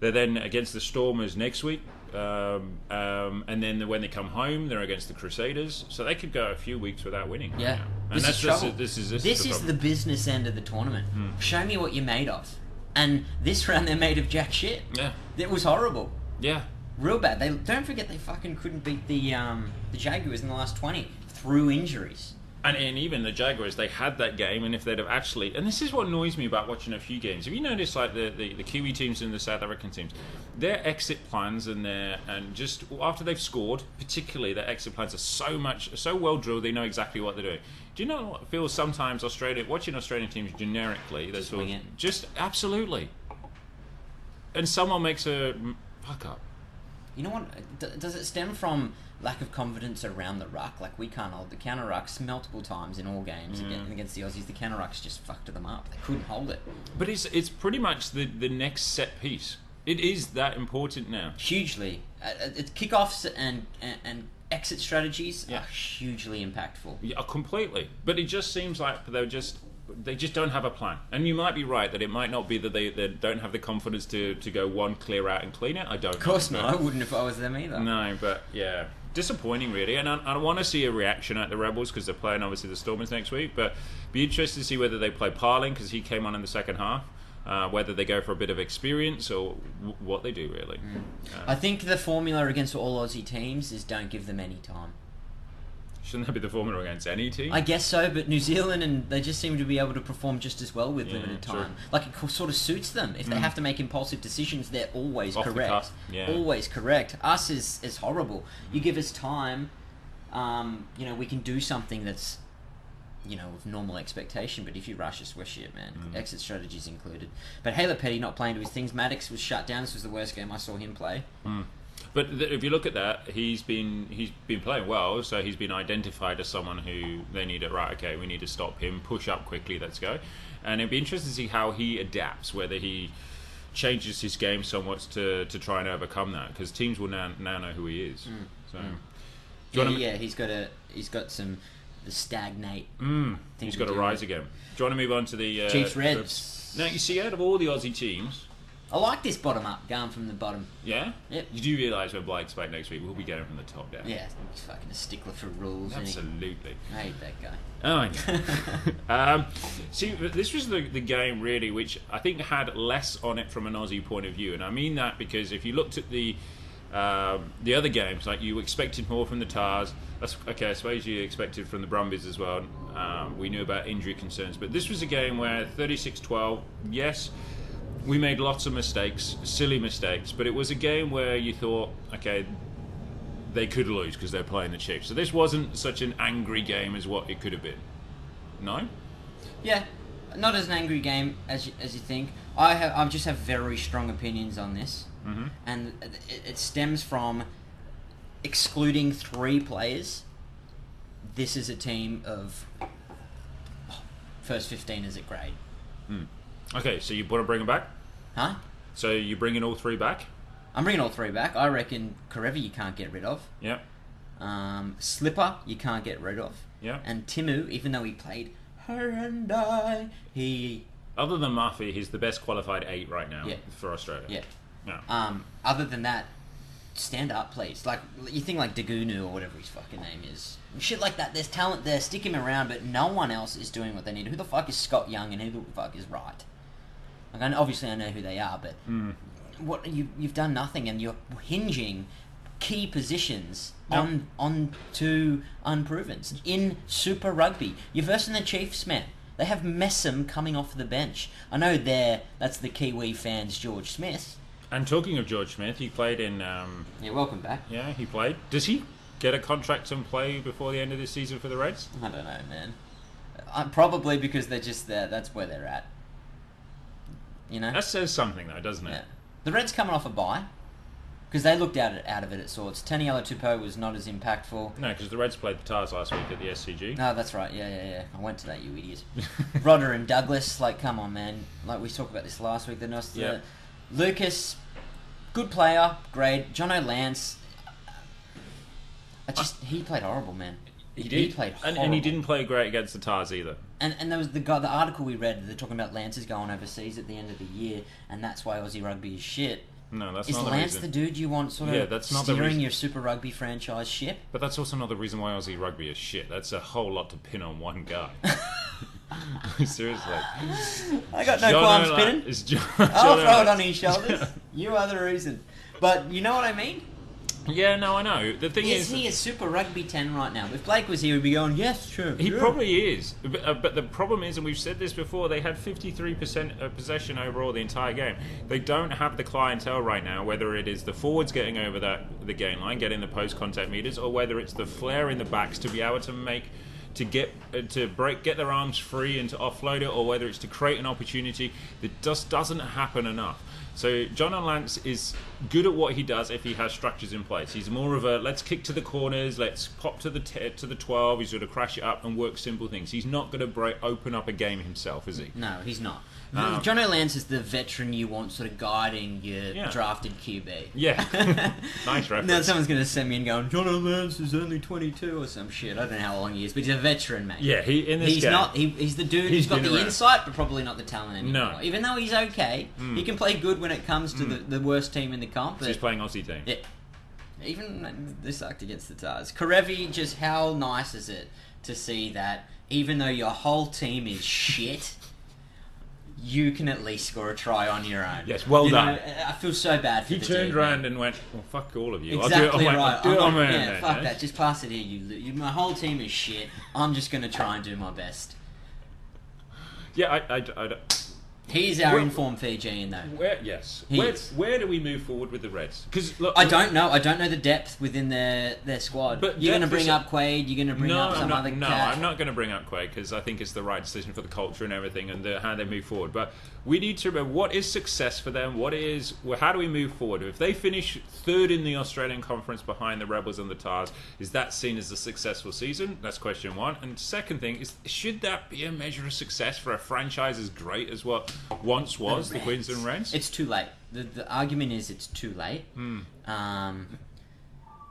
S1: they're then against the Stormers next week, um, um, and then when they come home, they're against the Crusaders, so they could go a few weeks without winning. right
S2: Yeah.
S1: now. and
S2: This
S1: that's
S2: is
S1: just
S2: trouble.
S1: this is this,
S2: This
S1: is, the
S2: is the
S1: problem. Hmm.
S2: business end of the tournament. Show me what you're made of. And this round they're made of jack shit.
S1: yeah
S2: It was horrible.
S1: yeah
S2: Real bad. They don't forget they fucking couldn't beat the um, the Jaguars in the last twenty through injuries.
S1: And, and even the Jaguars, they had that game, and if they'd have actually, and this is what annoys me about watching a few games. Have you noticed, like the, the, the Kiwi teams and the South African teams, their exit plans and their and just after they've scored, particularly their exit plans are so much so well drilled. They know exactly what they're doing. Do you know? what feels sometimes Australia watching Australian teams generically, they
S2: Just
S1: sort
S2: wing
S1: of-
S2: it.
S1: just absolutely, and someone makes a fuck up.
S2: You know what? D- does it stem from lack of confidence around the ruck? Like we can't hold the counter rucks multiple times in all games
S1: Hmm.
S2: against, against the Aussies. The counter rucks just fucked them up. They couldn't hold it.
S1: But it's it's pretty much the the next set piece. It is that important now.
S2: hugely. Uh, uh, it's kickoffs and, and and exit strategies
S1: Yeah.
S2: are hugely impactful.
S1: Yeah, completely. But it just seems like they're just they just don't have a plan. And you might be right that it might not be that they, they don't have the confidence to, to go one clear out and clean it. I don't.
S2: Of course not. I wouldn't if I was them either.
S1: No, but yeah, disappointing really. And I, I want to see a reaction at the Rebels because they're playing obviously the Stormers next week. But be interested to see whether they play Parling because he came on in the second half. Uh, whether they go for a bit of experience or w- what they do really.
S2: Mm. I think the formula against all Aussie teams is don't give them any time.
S1: Shouldn't that be the formula against any team?
S2: I guess so, but New Zealand and they just seem to be able to perform just as well with
S1: Yeah,
S2: limited
S1: true.
S2: time. Like it co- sort of suits them. If they have to make impulsive decisions, they're always
S1: Off the
S2: correct.
S1: cuff, yeah.
S2: Always correct. Us is is horrible. You give us time, um, you know, we can do something that's you know, of normal expectation, but if you rush us, we're shit, man. Exit strategies included. But Haley Petty not playing to his things. Maddox was shut down. This was the worst game I saw him play.
S1: But th- if you look at that, he's been he's been playing well, so he's been identified as someone who they need it right. Okay, we need to stop him, push up quickly, let's go. And it'd be interesting to see how he adapts, whether he changes his game somewhat to, to try and overcome that, because teams will now, now know who he is. So Do you
S2: Mm. Yeah,
S1: wanna-
S2: yeah, he's got a he's got some the stagnate. thing
S1: Mm, he's
S2: to
S1: got to
S2: do.
S1: rise again. Do you want to move on to the uh,
S2: Chiefs Reds.
S1: Now you see, out of all the Aussie teams,
S2: I like this bottom up, going from the bottom.
S1: yeah,
S2: Yep.
S1: you do realise when Blake's back next week, we'll be going from the top down.
S2: Yeah, he's fucking a stickler for rules. isn't he?
S1: absolutely.
S2: I hate that guy.
S1: Oh, I know. um, see, this was the, the game really, which I think had less on it from an Aussie point of view, and I mean that because if you looked at the um, the other games, like you expected more from the Tars. That's okay. I suppose you expected from the Brumbies as well. Um, we knew about injury concerns, but this was a game where 36-12. Yes, we made lots of mistakes, silly mistakes, but it was a game where you thought, okay, they could lose because they're playing the Chiefs. So this wasn't such an angry game as what it could have been. No,
S2: Yeah, not as an angry game as you, as you think. I have I just have very strong opinions on this, mm-hmm. and it, it stems from excluding three players. oh, This is a team of first fifteen is at grade.
S1: Okay, so you want to bring them back?
S2: Huh?
S1: So you bring in all three back?
S2: I'm bringing all three back. I reckon Karevi you can't get rid of.
S1: Yeah,
S2: Um, Slipper you can't get rid of.
S1: yeah.
S2: And Timu, even though he played her and I, he
S1: Other than Murphy, he's the best qualified eight right now
S2: Yeah.
S1: for Australia.
S2: yeah.
S1: Yeah.
S2: Um, other than that, stand up, please. Like you think like Dagunu or whatever his fucking name is, shit like that. There's talent there. Stick him around, but no one else is doing what they need. Who the fuck is Scott Young and who the fuck is right? Like, I know, obviously I know who they are, but what you you've done nothing, and you're hinging key positions on on to unprovens in Super Rugby. You're versing the Chiefs, man. They have Messam coming off the bench. I know there. That's the Kiwi fans, George Smith.
S1: And talking of George Smith, he played in. Um,
S2: Yeah, welcome back.
S1: yeah, he played. Does he get a contract and play before the end of this season for the Reds?
S2: I don't know, man. Uh, probably because they're just there. That's where they're at. You know.
S1: That says something, though, doesn't it?
S2: yeah. The Reds coming off a bye because they looked out out of it at sorts. Taniela Tupou was not as impactful.
S1: No, because the Reds played the Tars last week at the SCG.
S2: No, that's right. Yeah, yeah, yeah. I went to that, you idiot. Rodder and Douglas, like, come on, man. Like we talked about this last week. The Nost- the-
S1: Yeah.
S2: Lucas, good player, great. John O'Lance. I just he played horrible, man. He played
S1: and,
S2: horrible.
S1: and he didn't play great against the Tars either.
S2: And and there was the guy, the article we read. They're talking about Lance is going overseas at the end of the year, and that's why Aussie rugby is shit.
S1: No, that's
S2: is
S1: not
S2: Lance
S1: the
S2: the
S1: reason.
S2: dude you want sort of
S1: Yeah, that's not the
S2: steering
S1: reason.
S2: your Super Rugby franchise ship?
S1: but that's also not the reason why Aussie rugby is shit. That's a whole lot to pin on one guy. Seriously.
S2: I got no
S1: John
S2: qualms
S1: Ola-
S2: pinning. Oh,
S1: Is John,
S2: I'll
S1: John
S2: throw it
S1: Ola-
S2: on his shoulders. you are the reason. But you know what I mean?
S1: Yeah, no, I know. The thing
S2: Is
S1: is,
S2: he a Super Rugby 10 right now? If Blake was here, he'd be going, yes, sure.
S1: He
S2: sure."
S1: probably is, but, uh, but the problem is, and we've said this before, they had 53% of possession overall the entire game. They don't have the clientele right now, whether it is the forwards getting over that the game line, getting the post contact meters, or whether it's the flair in the backs to be able to make. To get uh, to break, get their arms free and to offload it, or whether it's to create an opportunity that just doesn't happen enough. So John Lance is good at what he does if he has structures in place. He's more of a let's kick to the corners, let's pop to the t- to the twelve. He's going to crash it up and work simple things. He's not going to break, open up a game himself, is he?
S2: No, he's not.
S1: Um,
S2: John O'Lance is the veteran you want sort of guiding your
S1: Yeah.
S2: drafted QB.
S1: Yeah, nice reference.
S2: Now someone's going to send me in going, John O'Lance is only 22 or some shit. I don't know how long he is, but he's a veteran, mate.
S1: yeah, he in this
S2: He's
S1: game.
S2: not. He, he's the
S1: He's
S2: dude who's got
S1: been
S2: the
S1: around.
S2: insight, but probably not the talent anymore.
S1: No. Hmm.
S2: Even though he's okay, he can play good when it comes to the, the worst team in the comp. But
S1: he's playing Aussie team.
S2: yeah, even they sucked against the Tars. Karevi, just how nice is it to see that even though your whole team is shit, you can at least score a try on your own.
S1: Yes, well
S2: You know,
S1: done.
S2: I I feel so bad for
S1: He
S2: the
S1: turned
S2: dude,
S1: around
S2: man.
S1: and went, "Well, fuck all of you.
S2: Exactly
S1: I'll do it. on my-
S2: right.
S1: I'll do it
S2: I'm
S1: on
S2: like,
S1: my own
S2: yeah,
S1: then,
S2: fuck
S1: eh?"
S2: that. Just pass it here. You, lo- you, my whole team is shit. I'm just gonna try and do my best.
S1: Yeah, I, I, I,
S2: He's our
S1: Well-
S2: informed Fijian, though.
S1: where, yes.
S2: He
S1: Where,
S2: is.
S1: where do we move forward with the Reds? Because look,
S2: I don't know. I don't know the depth within their their squad.
S1: But
S2: you're going to
S1: depth
S2: bring
S1: is-
S2: up Quaid. You're going to bring
S1: no,
S2: up some
S1: I'm not,
S2: other
S1: no,
S2: cat.
S1: I'm not going to bring up Quake because I think it's the right decision for the culture and everything and the, how they move forward. But we need to remember what is success for them. What is well, how do we move forward? If they finish third in the Australian Conference behind the Rebels and the Tars, is that seen as a successful season? That's question one. And second thing is, should that be a measure of success for a franchise as great as what once was the,
S2: Reds.
S1: Queensland Reds?
S2: It's too late. The, the argument is it's too late.
S1: Hmm.
S2: Um,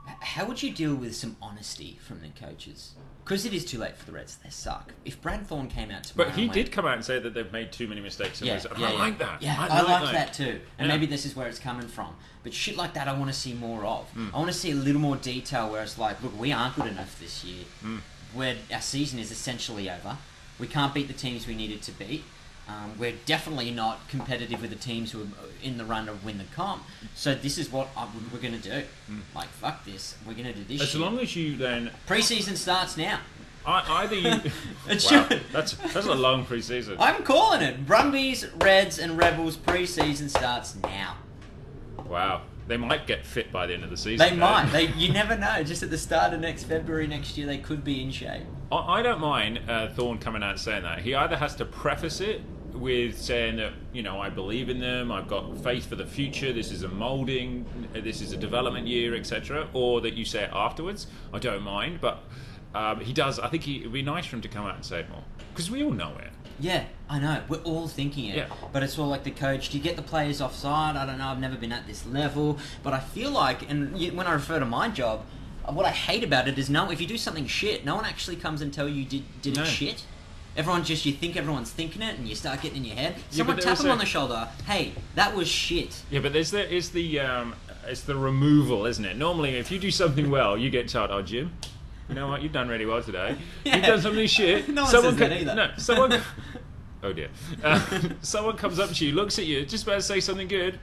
S2: h- how would you deal with some honesty from the coaches? Because it is too late for the Reds. They suck. If Brad Thorne came out tomorrow,
S1: but he
S2: and went,
S1: did come out and say that they've made too many mistakes. in
S2: Yeah,
S1: this- and
S2: yeah,
S1: I
S2: yeah.
S1: like that.
S2: Yeah,
S1: I,
S2: I,
S1: like
S2: liked that too. And
S1: Yeah.
S2: maybe this is where it's coming from. But shit like that, I want to see more of.
S1: Hmm.
S2: I want to see a little more detail where it's like, look, we aren't good enough this year.
S1: Hmm.
S2: Where our season is essentially over. We can't beat the teams we needed to beat. Um, we're definitely not competitive with the teams who are in the run to win the comp. So this is what I, we're going to do. Like, fuck this. We're going to do this.
S1: Hmm. As
S2: shit.
S1: long as you then
S2: Preseason starts now.
S1: I, either you.
S2: It
S1: wow,
S2: should.
S1: that's that's a long preseason.
S2: I'm calling it. Brumbies, Reds, and Rebels preseason starts now.
S1: Wow, they might get fit by the end of the season.
S2: They
S1: though.
S2: might. They you never know. Just at the start of next February next year, they could be in shape.
S1: I, I don't mind uh, Thorne coming out and saying that. He either has to preface it with saying that you know I believe in them, I've got faith for the future. This is a uh, molding, this is a development year, etc. Or that you say it afterwards. I don't mind, but. Um, he does. I think he, it'd be nice for him to come out and say more because we all know it.
S2: Yeah, I know. We're all thinking it.
S1: Yeah.
S2: But it's all like the coach. Do you get the players offside? I don't know. I've never been at this level. But I feel like, and you, when I refer to my job, uh, what I hate about it is no, if you do something shit, no one actually comes and tell you did, did
S1: No.
S2: it shit. Everyone just, you think everyone's thinking it and you start getting in your head.
S1: but
S2: Someone
S1: there
S2: tap
S1: is
S2: them
S1: a-
S2: on the shoulder. Hey, that was shit.
S1: Yeah, but there's the is the um, it's the removal, isn't it? Normally, if you do something well, you get told, "Oh, Jim, you know what? You've done really well today. You've
S2: Yeah.
S1: done something shit."
S2: No one says
S1: co-
S2: that either.
S1: No, someone. oh dear. Uh, someone comes up to you, looks at you, just about to say something good,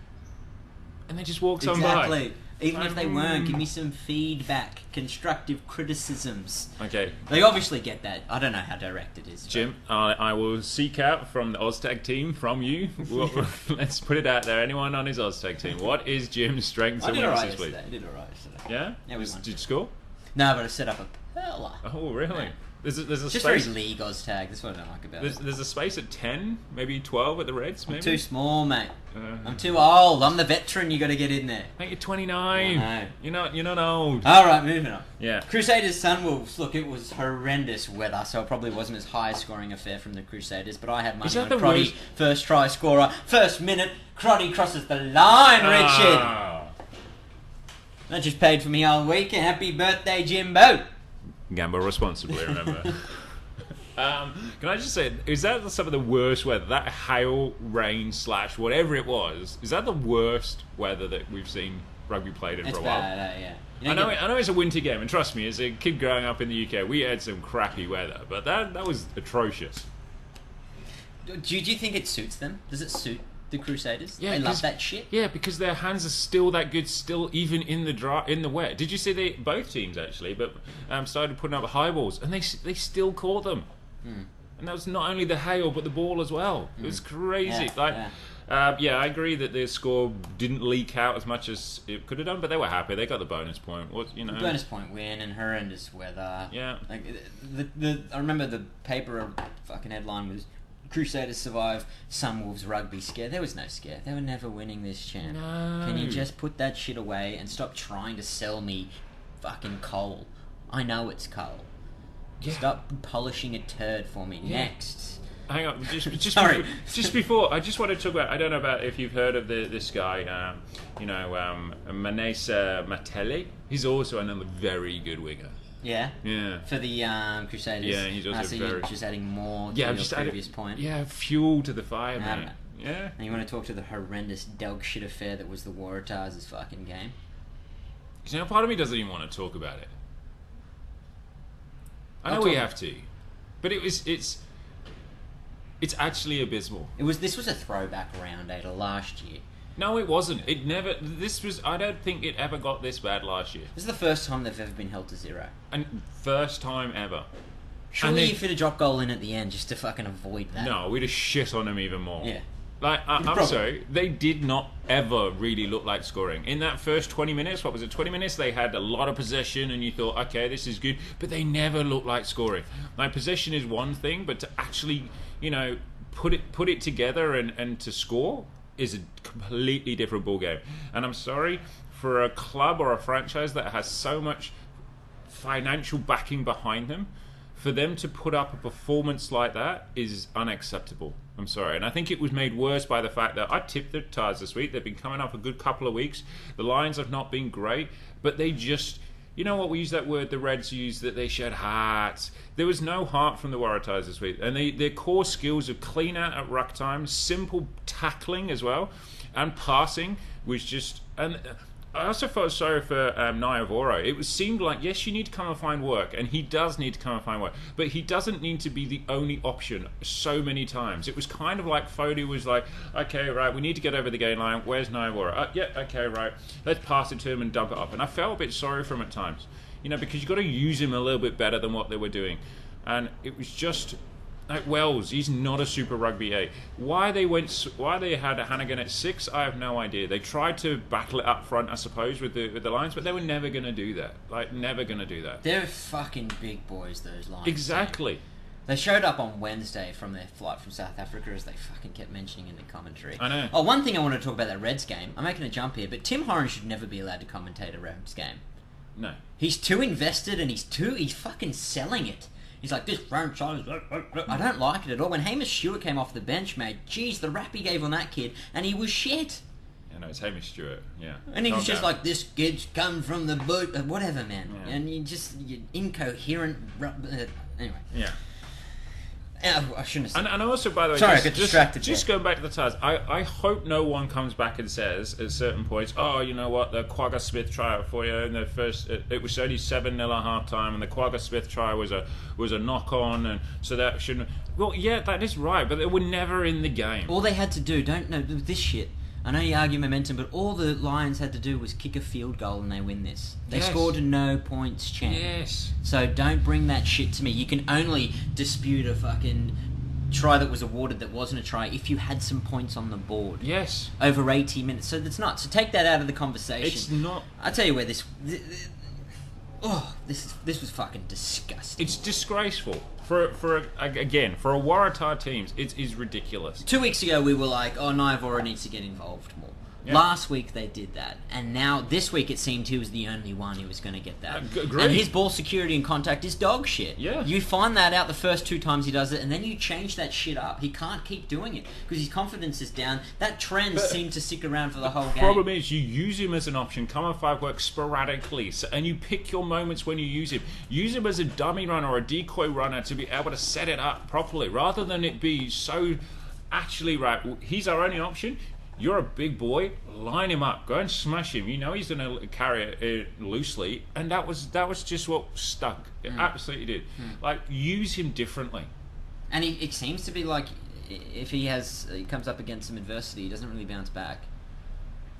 S1: and then just walks on
S2: Exactly. Even if they weren't,
S1: Um,
S2: give me some feedback, constructive criticisms.
S1: by. Okay,
S2: They obviously get that. I don't know how direct it is. but-
S1: Jim, I, I will seek out from the Oztag team from you. Well, let's put it out there. Anyone on his Oztag team? What is Jim's strengths
S2: I
S1: and
S2: did alright
S1: weaknesses,
S2: yesterday.
S1: please?
S2: I did alright yesterday.
S1: Yeah.
S2: Yeah, we
S1: Just-
S2: won.
S1: Did you score?
S2: No, but I set up a perla.
S1: Oh, really?
S2: Yeah.
S1: There's a, there's a
S2: Just very
S1: space.
S2: league Oz tag. That's what I don't like about
S1: There's,
S2: it.
S1: there's a space at 10, maybe 12 at the Reds, maybe?
S2: I'm too small, mate.
S1: Uh,
S2: I'm too old. I'm the veteran. You got to get in there.
S1: mate, you're 29.
S2: I know.
S1: You're, not, you're not old.
S2: All right, moving on.
S1: yeah.
S2: Crusaders Sunwolves. Look, it was horrendous weather, so it probably wasn't as high a scoring affair from the Crusaders. But I had money
S1: Is that
S2: on
S1: the
S2: Crotty.
S1: worst-
S2: First try scorer, first minute. Crotty crosses the line. Richard.
S1: Ah.
S2: That just paid for me all week. Happy birthday, Jimbo.
S1: Gamble responsibly, remember. um, can I just say, is that some of the worst weather? That hail, rain, slash, whatever it was, is that the worst weather that we've seen rugby played in
S2: That's
S1: for a while?
S2: bad. Uh, yeah. You
S1: I
S2: don't
S1: know,
S2: get-
S1: I know it's a winter game, and trust me, as a kid growing up in the UK, we had some crappy weather, but that, that was atrocious.
S2: Do, do you think it suits them? Does it suit the Crusaders?
S1: Yeah,
S2: they
S1: 'cause-
S2: love that shit.
S1: Yeah, because their hands are still that good, still even in the dry, in the wet. Did you see they both teams actually, but um, started putting up high balls, and they s- they still caught them.
S2: Hmm.
S1: And that was not only the hail, but the ball as well. It was crazy.
S2: Yeah,
S1: like, Um, yeah, I agree that their score didn't leak out as much as it could have done, but they were happy. They got the bonus point. What you know?
S2: Bonus point win and horrendous weather.
S1: Yeah.
S2: Like the, the I remember the paper uh, fucking headline was Crusaders survive Sunwolves rugby scare. There was no scare. They were never winning this champ.
S1: No.
S2: Can you just put that shit away and stop trying to sell me fucking coal? I know it's coal.
S1: Yeah.
S2: Stop polishing a turd for me. Next.
S1: Hang on, just just
S2: Sorry.
S1: Before, just before I just want to talk about. I don't know about if you've heard of the, this guy, um, you know, um, Manesa Mateli. He's also another very good winger.
S2: Yeah.
S1: Yeah,
S2: For the um, Crusaders.
S1: Yeah, he's also
S2: Ah, so you're
S1: very-
S2: just adding more to
S1: yeah.
S2: your
S1: I've just added-
S2: previous point.
S1: Yeah, fuel to the fire,
S2: Yeah,
S1: man.
S2: man.
S1: Yeah.
S2: And you want to talk to the horrendous dog shit affair that was the Waratahs' fucking game?
S1: You know, part of me doesn't even want to talk about it. I know
S2: I'll
S1: we
S2: talk-
S1: have to, but it was it's it's actually abysmal.
S2: It was this was a throwback round eight of last year.
S1: No, it wasn't. It never. This was. I don't think it ever got this bad last year,
S2: This is the first time they've ever been held to zero.
S1: and first time ever.
S2: Surely
S1: they-
S2: you fit a drop goal in at the end just to fucking avoid that.
S1: No, we'd have shit on them even more.
S2: Yeah.
S1: Like, I, I'm
S2: Probably.
S1: sorry, they did not ever really look like scoring. In that first 20 minutes, what was it, 20 minutes, they had a lot of possession and you thought, okay, this is good, but they never looked like scoring. Like, possession is one thing, but to actually, you know, put it put it together and, and to score is a completely different ball game. And I'm sorry, for a club or a franchise that has so much financial backing behind them, for them to put up a performance like that is unacceptable. I'm sorry. And I think it was made worse by the fact that I tipped the Tars this week. They've been coming up a good couple of weeks. The Lions have not been great, but they just. You know what? We use that word the Reds use that they showed heart. There was no heart from the Waratahs this week. And they, their core skills of clean out at ruck time, simple tackling as well, and passing was just. And I also felt sorry for um, Niavoro. It was, seemed like yes, you need to come and find work, and he does need to come and find work, but he doesn't need to be the only option so many times. It was kind of like Fodi was like, okay, right, we need to get over the gain line. Where's Niavoro? Uh, yeah, okay, right, let's pass it to him and dump it up. And I felt a bit sorry for him at times, you know, because you've got to use him a little bit better than what they were doing, and it was just like Wells, he's not a Super Rugby eight. Why they went, s- why they had Hannigan at six, I have no idea. They tried to battle it up front, I suppose, with the with the Lions, but they were never going to do that. Like never going to do that.
S2: They're fucking big boys, those Lions.
S1: Exactly.
S2: They showed up on Wednesday from their flight from South Africa, as they fucking kept mentioning in the commentary.
S1: I know.
S2: Oh, one thing I want to talk about that Reds game. I'm making a jump here, but Tim Horan should never be allowed to commentate a Reds game.
S1: No.
S2: He's too invested and he's too he's fucking selling it. He's like this franchise. I don't like it at all. When Hamish Stewart came off the bench, mate, geez, the rap he gave on that kid, and he was shit.
S1: You know, it's Hamish Stewart. Yeah.
S2: And he was
S1: Calm
S2: just
S1: down.
S2: like, this kid's come from the boot, uh, whatever, man.
S1: Yeah.
S2: And you just you incoherent. ru- Uh, anyway,
S1: Yeah.
S2: Uh, I shouldn't have said.
S1: And, and also, by the way,
S2: Sorry, I
S1: just,
S2: got
S1: just-
S2: distracted
S1: Just, going back to the tires, I, I hope no one comes back and says at certain points, oh, you know what, the Quagga Smith trial for you in the first, it, it was only 7 0 at half time, and the Quagga Smith trial was a was a knock on, and so that shouldn't. Well, yeah, that is right, but they were never in the game.
S2: All they had to do, don't know this shit. I know you argue momentum, but all the Lions had to do was kick a field goal and they win this. They
S1: Yes.
S2: scored a no points chance.
S1: Yes.
S2: So don't bring that shit to me. You can only dispute a fucking try that was awarded that wasn't a try if you had some points on the board
S1: Yes.
S2: over 80 minutes. So that's not. So take that out of the conversation.
S1: It's not.
S2: I tell you where this. th- th- Oh, this is this was fucking disgusting.
S1: It's disgraceful. For, for a, again, for a Waratah teams, it is ridiculous.
S2: Two weeks ago, we were like, "Oh, Naivora needs to get involved more."
S1: Yeah.
S2: Last week they did that, and now this week it seemed he was the only one who was going to get that.
S1: Uh, g- agreed.
S2: And his ball security and contact is dog shit.
S1: Yeah.
S2: you find that out the first two times he does it, and then you change that shit up. He can't keep doing it because his confidence is down. That trend
S1: But-
S2: seemed to stick around for the whole game.
S1: Problem is, you use him as an option. Come and five work sporadically, so, and you pick your moments when you use him. Use him as a dummy runner or a decoy runner to be able to set it up properly, rather than it be so. Actually, right, w- he's our only option. You're a big boy. Line him up. Go and smash him. You know he's going to carry it, it uh, loosely, and that was that was just what stuck. It absolutely did. Like use him differently.
S2: And he, it seems to be like i- if he has he comes up against some adversity, he doesn't really bounce back.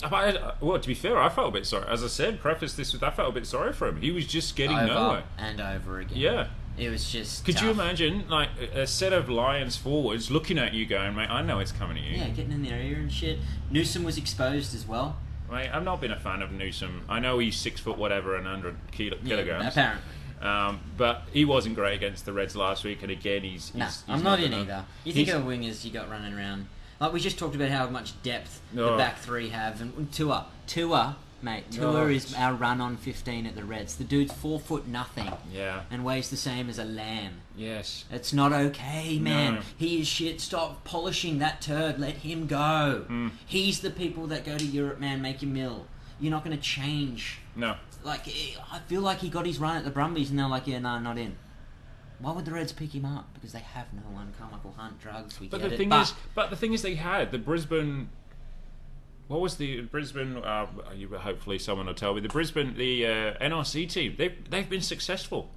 S1: But I- uh, well, to be fair, I felt a bit sorry. As I said, preface this with I felt a bit sorry for him. He was just getting
S2: over
S1: nowhere.
S2: and over again.
S1: Yeah.
S2: it was just.
S1: Could you
S2: tough.
S1: imagine, like, a a set of Lions forwards looking at you going, mate, I know it's coming at you.
S2: Yeah, getting in their ear and shit. Newsom was exposed as well.
S1: Mate, I've not been a fan of Newsom. I know he's six foot whatever and 100 kilo-
S2: Yeah,
S1: kilograms.
S2: apparently.
S1: Um, but he wasn't great against the Reds last week, and again, he's. he's
S2: Nah,
S1: he's
S2: I'm not,
S1: good
S2: in
S1: enough.
S2: either. You think
S1: He's-
S2: of the wingers you got running around. Like we just talked about how much depth the
S1: No.
S2: back three have, and Tua, Tua, mate, Tua
S1: No.
S2: is our run on 15 at the Reds. The dude's four foot nothing
S1: Yeah.
S2: and weighs the same as a lamb.
S1: Yes.
S2: It's not okay, man.
S1: No.
S2: He is shit. Stop polishing that turd. Let him go.
S1: Hmm.
S2: He's the people that go to Europe, man. Make him mill. You're not going to change.
S1: No.
S2: Like, eh, I feel like he got his run at the Brumbies and they're like, yeah, nah, not in. Why would the Reds pick him up? Because they have no one. Carmichael Hunt, drugs, we
S1: But
S2: get
S1: the
S2: it.
S1: thing
S2: but
S1: is, but the thing is, they had the Brisbane. What was the Brisbane? Uh, you, hopefully, someone will tell me. The Brisbane, the uh, NRC team. They've they've been successful.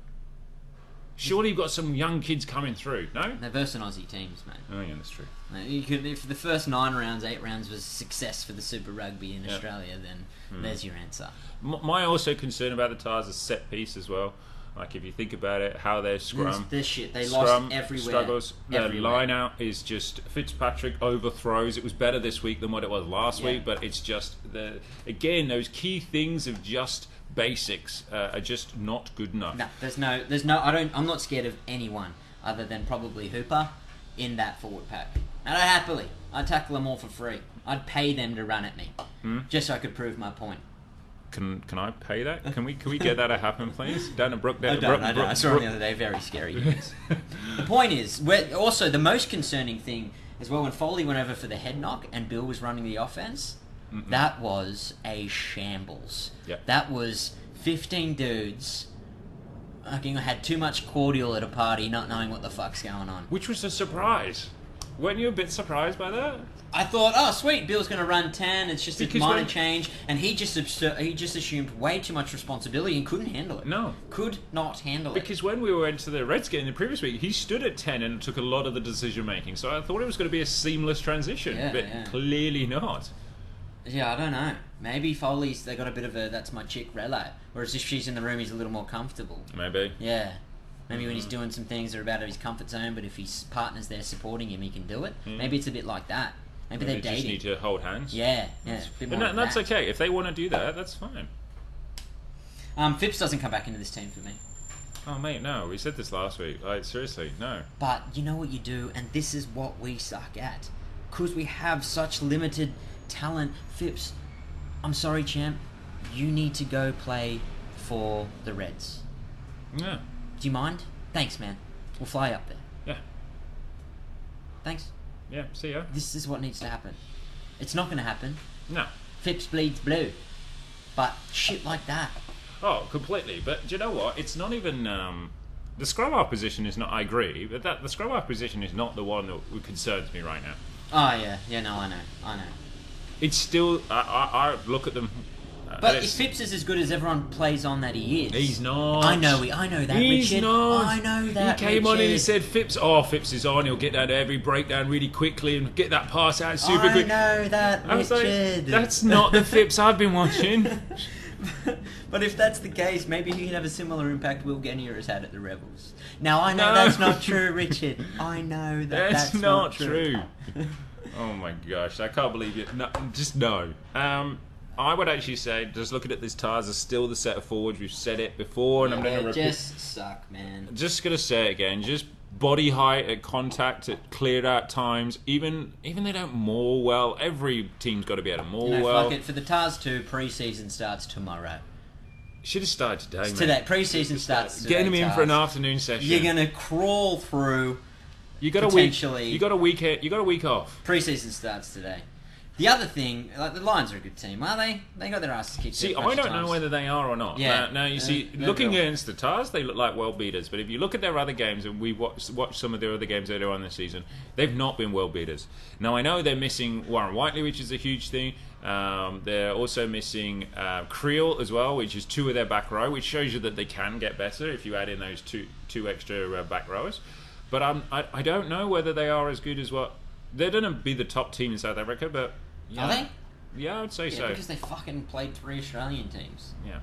S1: Surely, you've got some young kids coming through. No.
S2: they're versus Aussie teams, mate.
S1: Oh yeah, that's true.
S2: Like, You could, if the first nine rounds, eight rounds was success for the Super Rugby in
S1: Yeah.
S2: Australia, then there's your answer.
S1: M- my also concern about the Tars is set piece as well. Like if you think about it, how they're
S2: This,
S1: scrum.
S2: this shit, they
S1: Scrum
S2: lost everywhere.
S1: struggles. Their
S2: Everywhere.
S1: line out is just Fitzpatrick overthrows. It was better this week than what it was last
S2: Yeah.
S1: week, but it's just the again those key things of just basics uh, are just not good enough.
S2: No, there's no, there's no. I don't. I'm not scared of anyone other than probably Hooper in that forward pack. And I happily, I'd tackle them all for free. I'd pay them to run at me, just so I could prove my point.
S1: Can can I pay that? Can we can we get that to happen, please? Down to Brook.
S2: I
S1: Down,
S2: don't, I don't. I saw him the other day. Very scary. yes. the point is, where, also the most concerning thing as well when Foley went over for the head knock and Bill was running the offense. That was a shambles.
S1: Yep.
S2: That was fifteen dudes. Fucking had too much cordial at a party, not knowing what the fuck's going on.
S1: Which was a surprise. Weren't you a bit surprised by that?
S2: I thought, oh sweet, Bill's going to run ten. It's just a
S1: Because
S2: minor
S1: when-
S2: change, and he just absur- he just assumed way too much responsibility and couldn't handle it.
S1: No.
S2: could not handle it.
S1: Because when we went to the Reds game the previous week, he stood at 10 and took a lot of the decision making. So I thought it was going to be a seamless transition,
S2: Yeah,
S1: but
S2: yeah.
S1: clearly not.
S2: Yeah, I don't know. Maybe Foley's they got a bit of a that's my chick relay, whereas if she's in the room, he's a little more comfortable.
S1: Maybe.
S2: Yeah, maybe when he's
S1: Mm-hmm.
S2: doing some things that are out of his comfort zone, but if his partner's there supporting him, he can do it. Maybe it's a bit like that. Maybe,
S1: Mm. They
S2: they're
S1: just
S2: dating.
S1: need to hold hands.
S2: Yeah, yeah. a bit more
S1: And, that-
S2: of
S1: that's
S2: that.
S1: okay. If they want to do that, that's fine.
S2: Um, Phipps doesn't come back into this team for me.
S1: Oh, mate, no. We said this last week. Like, seriously, no.
S2: But you know what you do, and this is what we suck at. Because we have such limited talent. Phipps, I'm sorry, champ. You need to go play for the Reds.
S1: Yeah.
S2: Do you mind? Thanks, man. We'll fly up there.
S1: Yeah.
S2: Thanks.
S1: Yeah. See ya.
S2: This is what needs to happen. It's not going to happen.
S1: No.
S2: Phipps bleeds blue. But shit like that.
S1: Oh, completely. But do you know what? It's not even um, the scrum half position is not. I agree, but that the scrum half position is not the one that w- concerns me right now.
S2: Oh, yeah. Yeah, no, I know. I know.
S1: It's still I, I, I look at them. uh, and
S2: But if
S1: it's-
S2: Phipps is as good as everyone plays on that he is,
S1: He's not.
S2: I know. he- I know that.
S1: He's
S2: Richard.
S1: not.
S2: I know that.
S1: He came on and he
S2: Richard.
S1: said, "Phipps, oh, Phipps is on. He'll get down to every breakdown really quickly and get that pass out super
S2: I
S1: quick."
S2: know that,
S1: I was
S2: Richard.
S1: like, "That's not the Phipps I've been watching."
S2: but if that's the case, maybe he can have a similar impact Will Genier has had at the Rebels. Now I know
S1: No.
S2: that's not true, Richard. I know that that's,
S1: That's not true. oh my gosh, I can't believe it. No, just no. Um, I would actually say, just looking at this, Tars is still the set of forwards. We've said it before, and I'm going to
S3: They
S1: repeat.
S3: just suck, man.
S1: just gonna say it again. Just body height at contact at cleared out times. Even even they don't maul well. Every team's got to be able to maul
S2: No,
S1: Oh, well.
S2: fuck it. For the Tars 2, pre-season starts tomorrow.
S1: Should have started today.
S2: It's
S1: mate.
S2: today. Pre-season starts today,
S1: Getting them in for an
S2: Tars.
S1: afternoon session.
S2: You're going to crawl through
S1: you got a week.
S2: potentially-
S1: You got a week. You got a week off.
S2: Preseason starts today. The other thing, like the Lions are a good team, are they? They got their asses kicked.
S1: See,
S2: a
S1: I
S2: bunch of
S1: don't know
S2: times.
S1: whether they are or not.
S2: Yeah.
S1: Now, now you
S2: Uh,
S1: see,
S2: no
S1: looking
S2: real-
S1: against the Tars, they look like well beaters. But if you look at their other games, and we watched watched some of their other games earlier on this season, they've not been well beaters. Now I know they're missing Warren Whiteley, which is a huge thing. Um, they're also missing uh, Creel as well, which is two of their back row, which shows you that they can get better if you add in those two two extra uh, back rowers. But um, I, I don't know whether they are as good as what they're going to be the top team in South Africa. But
S2: Are they?
S1: Yeah, I would say
S2: Yeah,
S1: so.
S2: because they fucking played three Australian teams.
S1: yeah.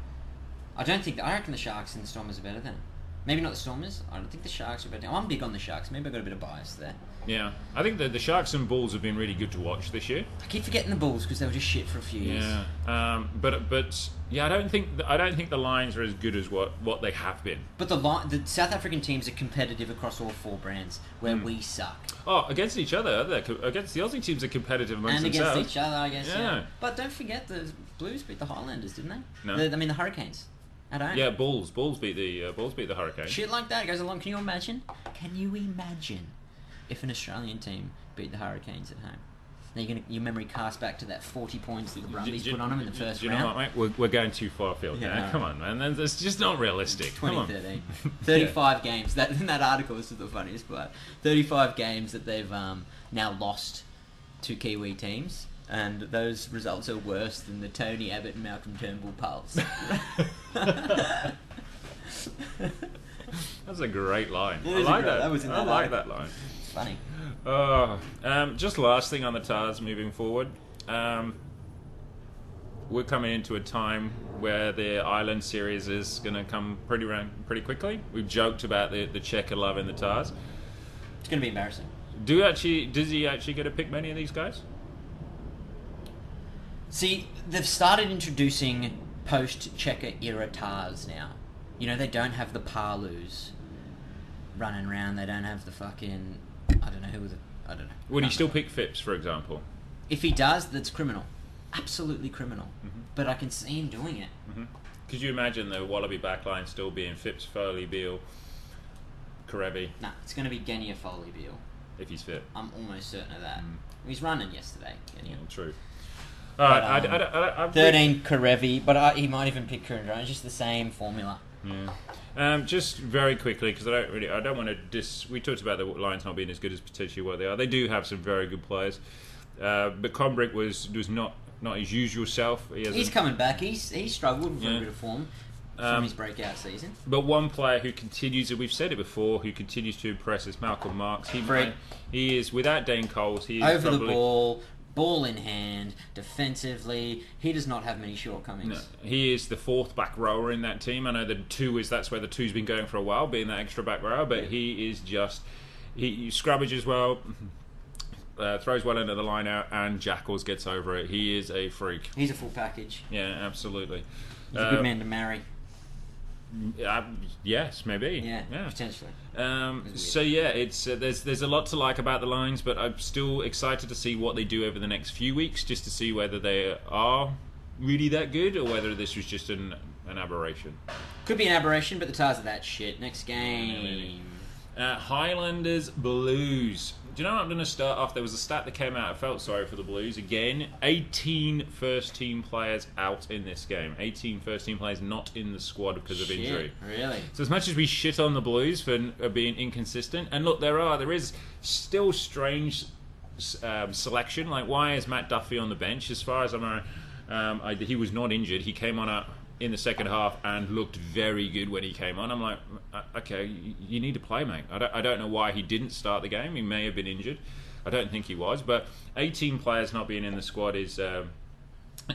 S2: I don't think. I reckon the Sharks and the Stormers are better than. them. Maybe not the Stormers. I don't think the Sharks are better. I'm big on the Sharks. Maybe I got a bit of bias there.
S1: Yeah, I think the, the Sharks and Bulls have been really good to watch this year.
S2: I keep forgetting the Bulls because they were just shit for a few years.
S1: um, but but yeah, I don't think I don't think the Lions are as good as what, what they have been.
S2: But the Li- the South African teams are competitive across all four brands, where
S1: Hmm.
S2: we suck.
S1: Oh, against each other, they're co- against the Aussie teams are competitive amongst
S2: and
S1: themselves.
S2: against each other, I guess. Yeah.
S1: Yeah.
S2: But don't forget the Blues beat the Highlanders, didn't they?
S1: No.
S2: The, I mean the Hurricanes. I don't.
S1: Yeah, Bulls Bulls beat the uh, Bulls beat the Hurricanes.
S2: Shit like that goes along. Can you imagine? Can you imagine if an Australian team beat the Hurricanes at home? Now you're gonna, your memory casts back to that 40 points that the Brumbies
S1: Do- do-
S2: put on them in the first
S1: do you know
S2: round.
S1: what, mate? We're, we're going too far afield
S2: Yeah,
S1: now.
S2: no.
S1: Come on, man. That's- That's just not realistic. Come on.
S2: 2013. 35 games. That that article is the funniest part. 35 games that they've um, now lost to Kiwi teams, and those results are worse than the Tony Abbott and Malcolm Turnbull pulse.
S1: That's a great line.
S2: It
S1: I
S2: is a
S1: like
S2: great-
S1: that.
S2: that was in
S1: I
S2: that
S1: like
S2: article.
S1: that line.
S2: Funny.
S1: Oh, um, just last thing on the TARS moving forward. Um, we're coming into a time where the Ireland series is going to come pretty round, pretty quickly. We've joked about the, the Checker love in the TARS.
S2: It's going to be embarrassing.
S1: Do you actually does he actually get to pick many of these guys?
S2: See, they've started introducing post checker era TARs now. You know, they don't have the Palus running around, they don't have the fucking. I don't know who the. I don't know.
S1: Would he
S2: Can't
S1: still
S2: remember.
S1: pick Phipps, for example?
S2: If he does, that's criminal. Absolutely criminal.
S1: Mm-hmm.
S2: But I can see him doing it.
S1: Could you imagine the Wallaby backline still being Phipps, Foley, Beal, Karevi,
S2: Nah, it's going to be Genia Foley Beal.
S1: if he's fit?
S2: I'm almost certain of that.
S1: Mm.
S2: He's running yesterday, Genia.
S1: True. All right,
S2: But,
S1: I, I,
S2: um,
S1: I, I, I'm pretty-
S2: 13 Karevi, but I, he might even pick Kurundra. It's just the same formula.
S1: Um, just very quickly, because I don't really, I don't want to dis. We talked about the Lions not being as good as potentially what they are. They do have some very good players, uh, but Combrick was was not not his usual self. He hasn't-
S2: He's coming back. He's he struggled for
S1: Yeah.
S2: a bit of form from
S1: Um,
S2: his breakout season.
S1: but one player who continues, and we've said it before, who continues to impress is Malcolm Marks. He
S2: Freak.
S1: he is without Dane Coles. He is
S2: Over the
S1: probably,
S2: ball, ball in hand, defensively. He does not have many shortcomings.
S1: No, he is the fourth back rower in that team. I know the two is that's where the two's been going for a while, being that extra back rower. But he is just he, he scrubbage as well. Uh, throws well into the line out, and Jackals gets over it. He is a freak.
S2: He's a full package.
S1: Yeah, absolutely.
S2: He's a
S1: Uh,
S2: good man to marry.
S1: uh, yes, maybe.
S2: Yeah, potentially.
S1: Um,
S2: weird.
S1: so yeah, it's uh, there's there's a lot to like about the Lions, but I'm still excited to see what they do over the next few weeks, just to see whether they are really that good or whether this was just an an aberration.
S2: Could be an aberration, but the Tars are that shit. Next game.
S1: Uh, Highlanders Blues. Do you know what I'm going to start off? There was a stat that came out. I felt sorry for the Blues again. 18 first team players out in this game. 18 first team players not in the squad because of
S2: Shit,
S1: injury.
S2: Really?
S1: So as much as we shit on the Blues for n- uh, being inconsistent, and look, there are there is still strange s- um, selection. Like, why is Matt Duffy on the bench? As far as I'm aware, um, I, he was not injured. He came on out in the second half and looked very good when he came on. I'm like, "Uh, okay, you, you need to play, mate. I don't, I don't know why he didn't start the game. He may have been injured. I don't think he was, but 18 players not being in the squad is. Um,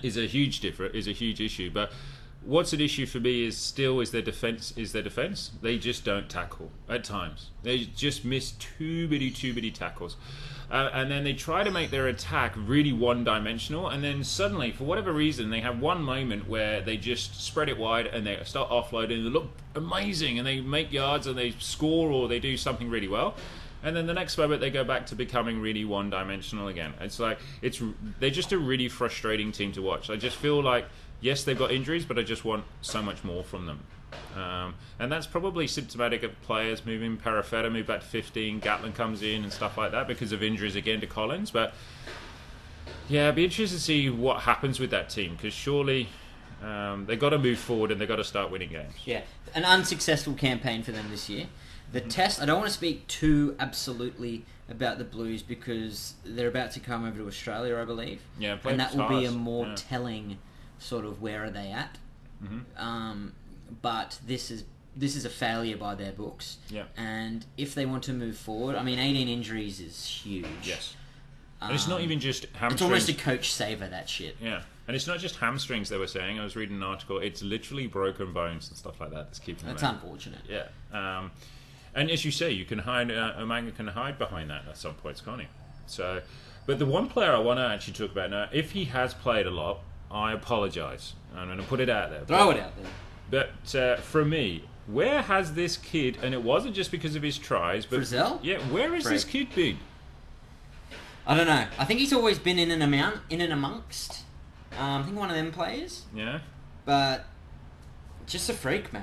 S1: is a huge different is a huge issue. But what's an issue for me is still is their defense is their defense. They just don't tackle at times. They just miss too many too many tackles. Uh, and then they try to make their attack really one dimensional, and then suddenly, for whatever reason, they have one moment where they just spread it wide and they start offloading. And they look amazing, and they make yards and they score or they do something really well and then the next moment they go back to becoming really one dimensional again. It's like it's they're just a really frustrating team to watch. I just feel like yes, they've got injuries, but I just want so much more from them. Um, and that's probably symptomatic of players moving. Parafetta moved back to 15. Gatlin comes in and stuff like that because of injuries again to Collins. But yeah, it'd be interested to see what happens with that team because surely um, they've got to move forward and they've got to start winning games.
S2: Yeah. An unsuccessful campaign for them this year. The
S1: Mm-hmm.
S2: test, I don't want to speak too absolutely about the Blues because they're about to come over to Australia, I believe.
S1: Yeah, play
S2: And
S1: the
S2: that will be a
S1: Stars.
S2: more
S1: Yeah.
S2: telling sort of where are they at.
S1: Mm-hmm.
S2: Um, but this is this is a failure by their books.
S1: Yeah.
S2: And if they want to move forward, I mean, 18 injuries is huge.
S1: Yes. And it's not even just hamstrings.
S2: Um, It's almost a coach saver, that shit.
S1: Yeah, and it's not just hamstrings they were saying. I was reading an article. It's literally broken bones and stuff like that that's keeping them
S2: That's
S1: out.
S2: unfortunate.
S1: Yeah, um, and as you say, you can hide. Uh, Omanga can hide behind that at some points, can't he? So, but the one player I want to actually talk about now, if he has played a lot, I apologise. I'm going to put it out there.
S2: Throw it out there.
S1: But uh, for me, where has this kid? And it wasn't just because of his tries, but
S2: Frizzell?
S1: yeah, where has this kid been?
S2: I don't know. I think he's always been in and amount, in and amongst. Um, I think one of them players,
S1: Yeah.
S2: but just a freak, mate.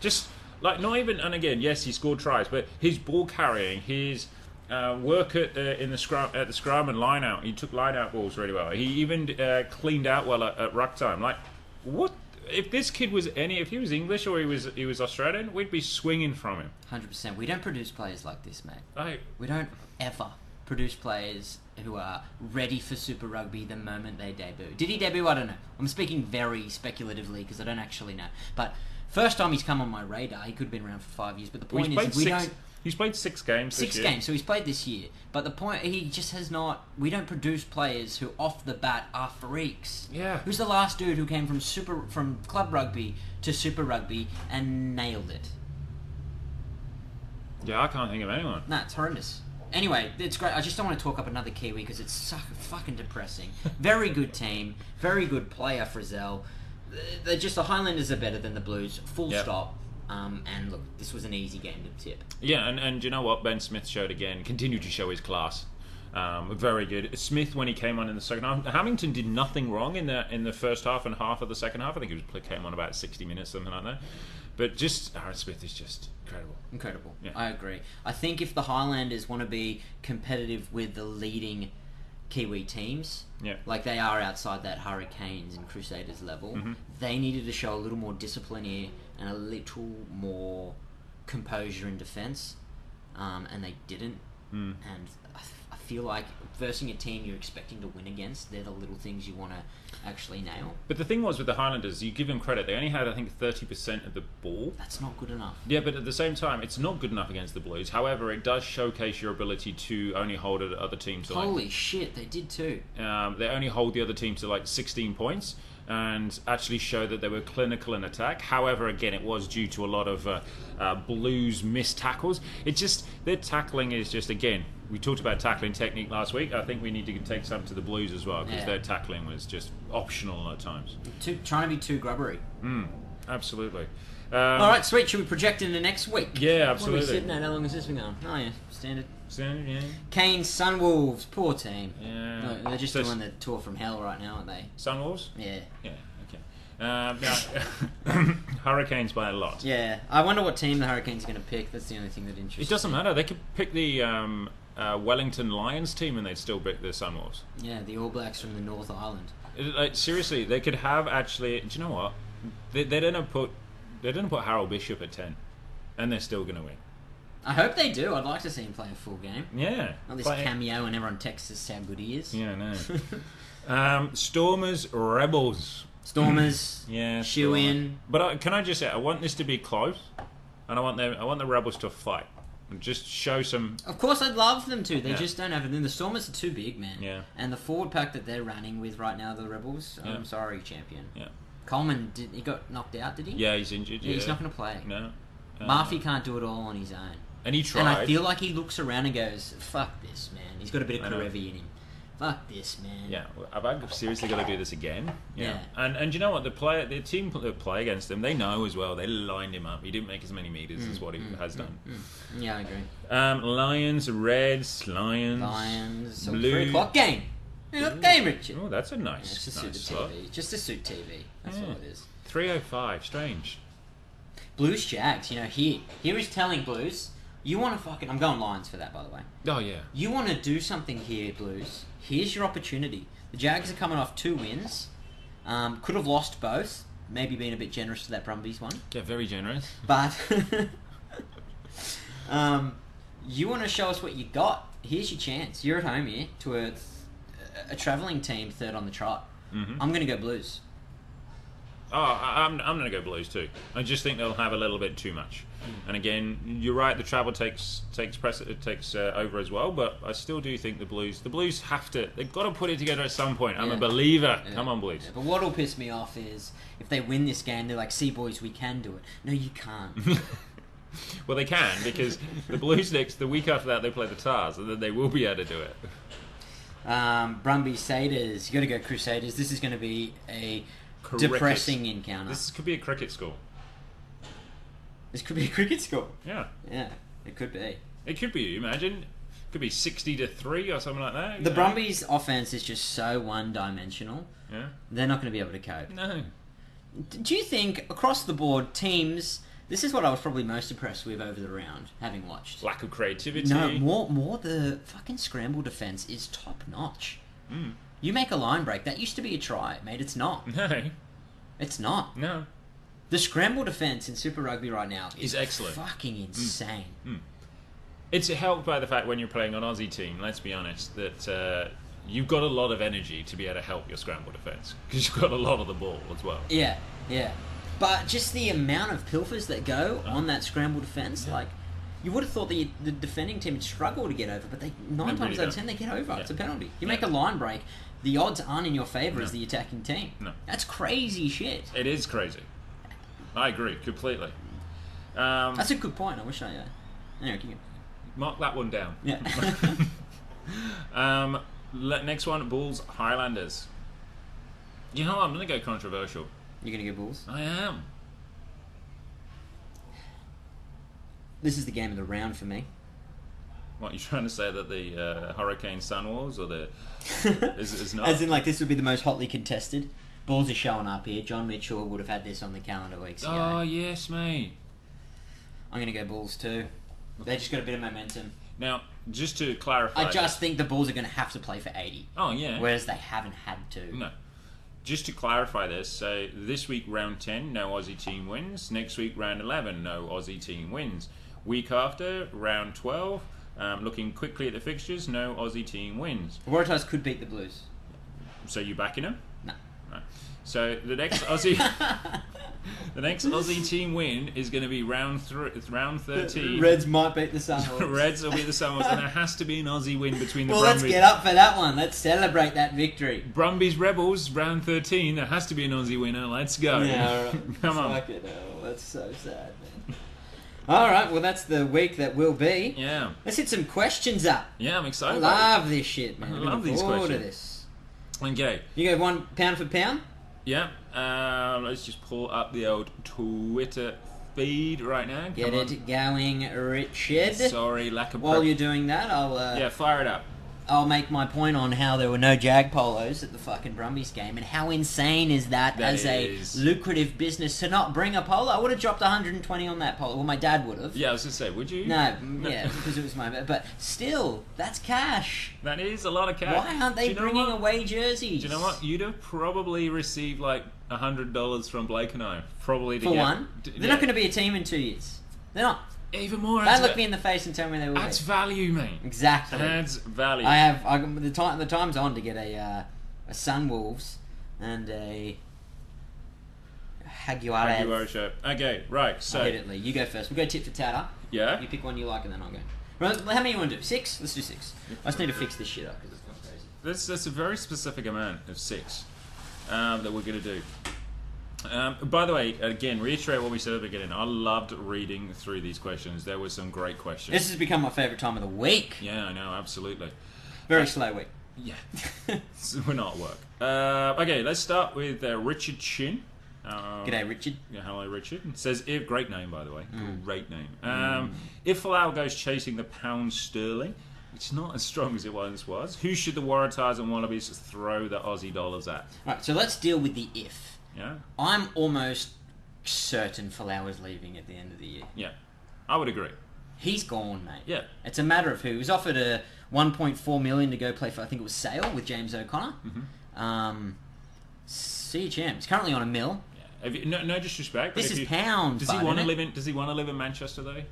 S1: just like not even and again yes he scored tries but his ball carrying his uh, work at, uh, in the scrum at the scrum and line out he took line out balls really well he even uh, cleaned out well at, at ruck time like what if this kid was any if he was English or he was he was Australian we'd be swinging from him
S2: Hundred percent. We don't produce players like this, mate.
S1: like
S2: We don't ever produce players who are ready for Super Rugby the moment they debut. Did he debut? I don't know. I'm speaking very speculatively because I don't actually know. But first time he's come on my radar, he could have been around for five years. But the
S1: well,
S2: point
S1: he's
S2: is,
S1: played
S2: we
S1: 6
S2: don't
S1: he's played six games this
S2: six
S1: year.
S2: games, so he's played this year. But the point, he just has not. We don't produce players who, off the bat, are freaks.
S1: Yeah.
S2: Who's the last dude who came from super from club rugby to super rugby and nailed it?
S1: yeah I can't think of anyone
S2: Nah, it's horrendous. Anyway, it's great. I just don't want to talk up another Kiwi because it's so fucking depressing. Very good team, very good player, Frizzell. Th- They're just the Highlanders are better than the Blues. Full
S1: Yep.
S2: stop. Um, and look, this was an easy game to tip.
S1: Yeah, and, and you know what? Ben Smith showed again, continued to show his class. Um, very good. Smith, when he came on in the second half, Hamilton did nothing wrong in the in the first half and half of the second half. I think he was, came on about sixty minutes, something like that. But just Aaron Smith is just incredible.
S2: Incredible.
S1: Yeah.
S2: I agree. I think if the Highlanders want to be competitive with the leading Kiwi teams,
S1: Yeah.
S2: like they are outside that Hurricanes and Crusaders level,
S1: Mm-hmm.
S2: they needed to show a little more discipline here and a little more composure in defence, um, and they didn't. Mm. And I, f- I feel like versing a team you're expecting to win against, they're the little things you want to actually nail.
S1: But the thing was with the Highlanders, you give them credit; they only had, I think, thirty percent of the ball.
S2: That's not good enough.
S1: Yeah, but at the same time, it's not good enough against the Blues. However, it does showcase your ability to only hold it at other teams. to, like,
S2: Holy shit, they did too.
S1: Um, they only hold the other team to like 16 points and actually show that they were clinical in attack. However, again, it was due to a lot of uh, uh, Blues missed tackles. It just their tackling is just again. We talked about tackling technique last week. I think we need to take some to the Blues as well because
S2: Yeah.
S1: their tackling was just optional at times.
S2: Too, trying to be too grubbery.
S1: Absolutely. Um,
S2: All right, sweet. Should we project into next week?
S1: Yeah,
S2: What are we
S1: absolutely.
S2: sitting at? How long has this been going? Oh yeah, standard.
S1: So, yeah.
S2: Kane Sunwolves, poor team.
S1: Yeah.
S2: No, they're just
S1: So-
S2: doing the tour from hell right now, aren't they?
S1: Sunwolves.
S2: Yeah.
S1: Yeah. Okay. Um, now, Hurricanes by a lot.
S2: Yeah, I wonder what team the Hurricanes are going to pick. That's the only thing that interests.
S1: It doesn't matter. They could pick the um, uh, Wellington Lions team and they'd still pick the Sunwolves.
S2: me. Yeah, the All Blacks from the North Island.
S1: It- Like, seriously, they could have actually. Do you know what? They, they didn't put they didn't put Harold Bishop at ten, and they're still going to win.
S2: I hope they do. I'd like to see him play a full game.
S1: Yeah.
S2: Not this
S1: Play-
S2: cameo and everyone texts us how good he is.
S1: Yeah, no. um, Stormers Rebels.
S2: Stormers,
S1: Yeah.
S2: shoe
S1: Stormers.
S2: in.
S1: But I, can I just say, I want this to be close, and I want them. I want the Rebels to fight and just show some.
S2: Of course, I'd love them to. They
S1: Yeah.
S2: just don't have it. Then the Stormers are too big, man.
S1: Yeah.
S2: And the forward pack that they're running with right now, the Rebels.
S1: Yeah.
S2: I'm sorry, champion.
S1: Yeah.
S2: Coleman did. He got knocked out, did he?
S1: Yeah, he's injured.
S2: Yeah, He's
S1: yeah.
S2: not going to play.
S1: No. Uh,
S2: Murphy can't do it all on his own.
S1: And he tried.
S2: And I feel like he looks around and goes, "Fuck this, man." He's got a bit
S1: I
S2: of
S1: know.
S2: Karevi in him. Fuck this, man.
S1: Yeah, have I seriously got to do this again?
S2: Yeah.
S1: And and you know what? The player, the team that play against him, they know as well. They lined him up. He didn't make as many meters
S2: Mm,
S1: as what he has done.
S2: Yeah, I agree.
S1: Um, Lions, Reds, Lions,
S2: Lions. So
S1: Mm. Blue-
S2: Three o'clock game. Three o'clock game, Richard.
S1: Oh, that's a
S2: Yeah,
S1: nice,
S2: it's just
S1: nice
S2: suit the
S1: slot.
S2: TV. Just to suit TV. That's
S1: Yeah.
S2: all it is.
S1: Three oh five. Strange.
S2: Blues Jags. You know, here here is telling Blues, you want to fucking. I'm going Lions for that, by the way.
S1: Oh yeah.
S2: You want to do something here, Blues. Here's your opportunity. The Jags are coming off two wins. Um, could have lost both. Maybe been a bit generous to that Brumbies one.
S1: Yeah, very generous.
S2: But um, you want to show us what you got? Here's your chance. You're at home here to a, a traveling team third on the trot.
S1: Mhm.
S2: I'm going to go Blues.
S1: Oh, I, I'm I'm gonna go Blues too. I just think they'll have a little bit too much.
S2: Hmm.
S1: And again, you're right. The travel takes takes press it takes uh, over as well. But I still do think the Blues. The Blues have to. They've got to put it together at some point. I'm a
S2: Yeah.
S1: believer.
S2: Yeah.
S1: Come on, Blues.
S2: Yeah, but what'll piss me off is if they win this game, they're like, "See, boys, we can do it." No, you can't.
S1: Well, they can because the Blues next the week after that they play the Tars, and then they will be able to do it.
S2: um, Brumby Satyrs, you got to go Crusaders. This is going to be a
S1: Cricket.
S2: depressing encounter.
S1: This
S2: This...
S1: could be a cricket school.
S2: could be a cricket score.
S1: Yeah,
S2: Yeah, it could be.
S1: it could be. Imagine, could be sixty to three or something like that.
S2: The
S1: Yeah.
S2: Brumbies' offense is just so one-dimensional.
S1: Yeah.
S2: They're not going to be able to cope.
S1: No.
S2: Do you think across the board teams? This is what I was probably most impressed with over the round, having watched.
S1: Lack of creativity.
S2: No, more more the fucking scramble defense is top notch.
S1: Mm.
S2: You make a line break that used to be a try, mate. It's not.
S1: No.
S2: It's not.
S1: No.
S2: The scramble defense in Super Rugby right now
S1: Is
S2: is
S1: excellent. Mm.
S2: Fucking insane.
S1: It's helped by the fact when you're playing an Aussie team, let's be honest, that uh, you've got a lot of energy to be able to help your scramble defence because you've got a lot of the ball as well.
S2: Yeah, yeah. But just the amount of pilfers that go
S1: Uh-huh.
S2: on that scramble defense, like. You would have thought the, the defending team would struggle to get over, but they nine
S1: They
S2: times
S1: really
S2: out of
S1: don't.
S2: ten they get over. It's a
S1: Yeah.
S2: penalty. You
S1: Yeah.
S2: make a line break, the odds aren't in your favour as
S1: No.
S2: the attacking team.
S1: No.
S2: That's crazy shit.
S1: It is crazy. I agree completely. Um,
S2: That's a good point. I wish I. Uh, anyway, keep going.
S1: mark that one down.
S2: yeah.
S1: Um, le- next one, Bulls Highlanders. You know, what, I'm going to go controversial.
S2: You're gonna go Bulls.
S1: I am.
S2: This is the game of the round for me.
S1: What you trying to say that the uh, Hurricane Sunwolves or the is, is not?
S2: As in, like this would be the most hotly contested. Bulls are showing up here. John Mitchell would have had this on the calendar weeks ago.
S1: oh yes, mate.
S2: I'm gonna go Bulls too. They just got a bit of momentum.
S1: Now, just to clarify,
S2: I just think the Bulls are gonna have to play for 80,
S1: oh yeah, Mm.
S2: whereas they haven't had to.
S1: No. Just to clarify this, so this week round 10, no Aussie team wins. Next week round 11, no Aussie team wins. Week after, round 12, um, looking quickly at the fixtures, no Aussie team wins.
S2: The Waratahs could beat the Blues.
S1: So you backing them?
S2: No.
S1: Right. So the next Aussie the next Aussie team win is going to be round thr round 13.
S2: Reds might beat the Sunwolves.
S1: Reds will be the Summers and there has to be an Aussie win between the
S2: Well, let's
S1: Brumbies.
S2: get up for that one. Let's celebrate that victory.
S1: Brumbies Rebels round 13. There has to be an Aussie winner. Let's go. Come on.
S2: Fucking hell, oh, that's so sad, man. All right, well, that's the week that will be.
S1: Yeah.
S2: Let's hit some questions up.
S1: Yeah, I'm
S2: I
S1: excited. about it.
S2: love this shit, man.
S1: I
S2: I'm
S1: love
S2: looking
S1: these
S2: forward to
S1: questions.
S2: this.
S1: Okay.
S2: You go one pound for pound.
S1: Yeah. Um, let's just pull up the old Twitter feed right now. Come
S2: Get
S1: on.
S2: it going, Richard.
S1: Sorry, lack of.
S2: While
S1: prep-
S2: you're doing that, I'll uh,
S1: yeah, fire it up.
S2: I'll make my point on how there were no jag polos at the fucking Brumbies game, and how insane is that,
S1: That
S2: as
S1: is-
S2: a lucrative business to not bring a polo? I would have dropped 120 on that polo. Well, my dad would have.
S1: Yeah, I was gonna say, would you?
S2: No, yeah, because it was my. But still, that's cash.
S1: That is a lot of cash.
S2: Why aren't
S1: Do
S2: they
S1: you know
S2: bringing
S1: what?
S2: away jerseys?
S1: Do you know what? You'd have probably received like hundred dollars from Blake and I, probably to
S2: For
S1: get-
S2: one,
S1: d-
S2: they're
S1: yeah. uh,
S2: not going to be a team in two years. They're not.
S1: even more.
S2: Don't
S1: adds
S2: look
S1: va-
S2: me in the face and tell me they will.
S1: Adds
S2: Be.
S1: value, mate.
S2: Exactly.
S1: Adds value.
S2: I have I, the time. The time's on to get a uh, a Sunwolves and a Haguara.
S1: Thank you, Irish Show. Okay, right. So
S2: Italy. You go first. We'll go tit for tatter.
S1: yeah,
S2: You pick one you like, and then I'll go. Right, How many you want to do? Six? Let's do six. I just need to fix this shit up because it's gone crazy.
S1: that's that's a very specific amount of six um, that we're gonna do. Um, by the way, again, reiterate what we said at the beginning. I loved reading through these questions. There were some great questions.
S2: This has become my favourite time of the week.
S1: yeah, I know, absolutely.
S2: Very slow week.
S1: Yeah, so we're not at work. Uh, okay, let's start with uh, Richard Chin. Um,
S2: G'day, Richard.
S1: Yeah, hello, Richard. Says if great name by the way, great name. Um, If Falau goes chasing the pound sterling, it's not as strong as it once was. Who should the Waratahs and Wallabies throw the Aussie dollars at?
S2: Right, so let's deal with the if.
S1: Yeah,
S2: I'm almost certain Falau's leaving at the end of the year.
S1: yeah, I would agree.
S2: He's gone, mate.
S1: Yeah,
S2: It's a matter of who. He was offered a 1.4 million to go play for, I think it was Sale with James O'Connor.
S1: Mm-hmm.
S2: Um, see you, champ. He's currently on a mill.
S1: yeah. Have you, no, no disrespect. but if
S2: This is eh?
S1: you-
S2: pound.
S1: Does he
S2: bud,
S1: want to
S2: isn't it?
S1: live in? Does he want to live in Manchester though?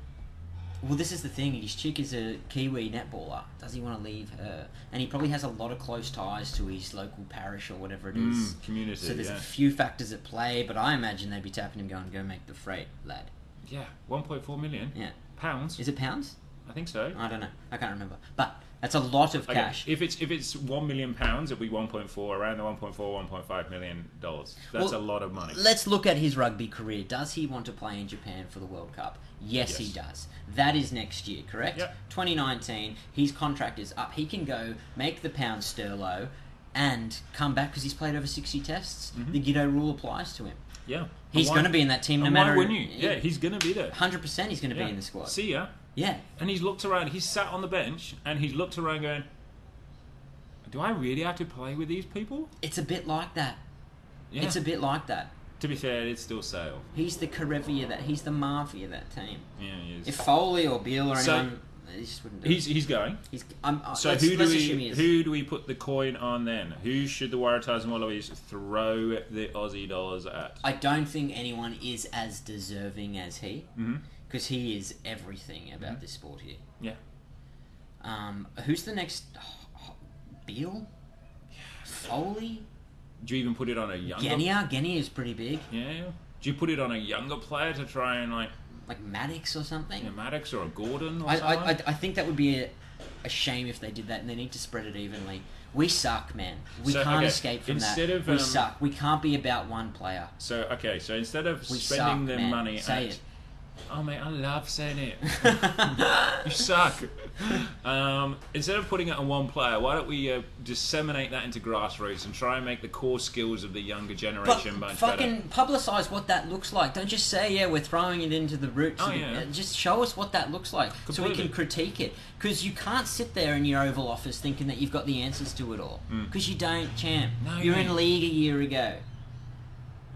S2: Well, this is the thing. His chick is a Kiwi netballer. Does he want to leave her? And he probably has a lot of close ties to his local parish or whatever it is.
S1: Mm, community.
S2: So there's
S1: yeah.
S2: a few factors at play, but I imagine they'd be tapping him, going, "Go make the freight, lad."
S1: yeah, 1.4 million
S2: Yeah.
S1: pounds.
S2: Is it pounds?
S1: I think so.
S2: I don't know. I can't remember. But that's a lot of
S1: Okay,
S2: cash.
S1: If it's if it's one million pounds, it'll be one point four, around the 1.4, 1.5 million dollars. That's
S2: Well,
S1: a lot of money.
S2: Let's look at his rugby career. Does he want to play in Japan for the World Cup? Yes, he
S1: Yes.
S2: does. That is next year, correct?
S1: Yep.
S2: 2019. His contract is up. He can go make the pound sterlo and come back because he's played over 60 tests. The Guido rule applies to him.
S1: Yeah,
S2: He's
S1: Mm-hmm. And why-
S2: going to be in that team no
S1: and
S2: matter.
S1: Why wouldn't you? Yeah, he's going to be there.
S2: 100% he's going to
S1: Yeah.
S2: be in the squad.
S1: See ya.
S2: Yeah.
S1: And he's looked around. He's sat on the bench and he's looked around going, "Do I really have to play with these people?"
S2: It's a bit like that.
S1: Yeah.
S2: It's a bit like that.
S1: to be fair, it's still Sale.
S2: He's the Karevia that he's the mafia of that team.
S1: Yeah, he is.
S2: If Foley or Beal or
S1: So-
S2: anyone, he just wouldn't do
S1: he's
S2: he's, it.
S1: he's going.
S2: He's I'm, uh,
S1: So
S2: let's,
S1: who do
S2: let's assume he
S1: we
S2: is.
S1: who do we put the coin on then? Who should the Waratahs and Wallabies throw the Aussie dollars at?
S2: I don't think anyone is as deserving as he,
S1: Mm-hmm.
S2: because he is everything about this sport here.
S1: Yeah.
S2: Um, who's the next? Beal, Foley,
S1: Do you even put it on a younger?
S2: Genia. Genia is pretty big,
S1: Yeah. Do you put it on a younger player to try and like
S2: like Maddox or something.
S1: you know, Maddox or a Gordon or
S2: I, I,
S1: someone?
S2: I, I think that would be a, a shame if they did that, and they need to spread it evenly. We suck, man. We
S1: So,
S2: can't
S1: okay,
S2: escape from
S1: instead
S2: that.
S1: of,
S2: we
S1: um,
S2: suck. We can't be about one player.
S1: So okay, so instead of
S2: We
S1: spending
S2: suck,
S1: their
S2: man.
S1: money
S2: Say
S1: at
S2: it.
S1: Oh mate, I love saying it. you suck. Um, instead of putting it on one player, why don't we uh, disseminate that into grassroots and try and make the core skills of the younger
S2: But
S1: generation much better?
S2: fucking publicise what that looks like. Don't just say, yeah, we're throwing it into the roots.
S1: Oh,
S2: and-
S1: yeah.
S2: uh, Just show us what that looks like so we
S1: Completely.
S2: can critique it. Because you can't sit there in your Oval Office thinking that you've got the answers to it all. Because you don't, champ.
S1: Mm. No,
S2: you were
S1: you-
S2: in league a year ago.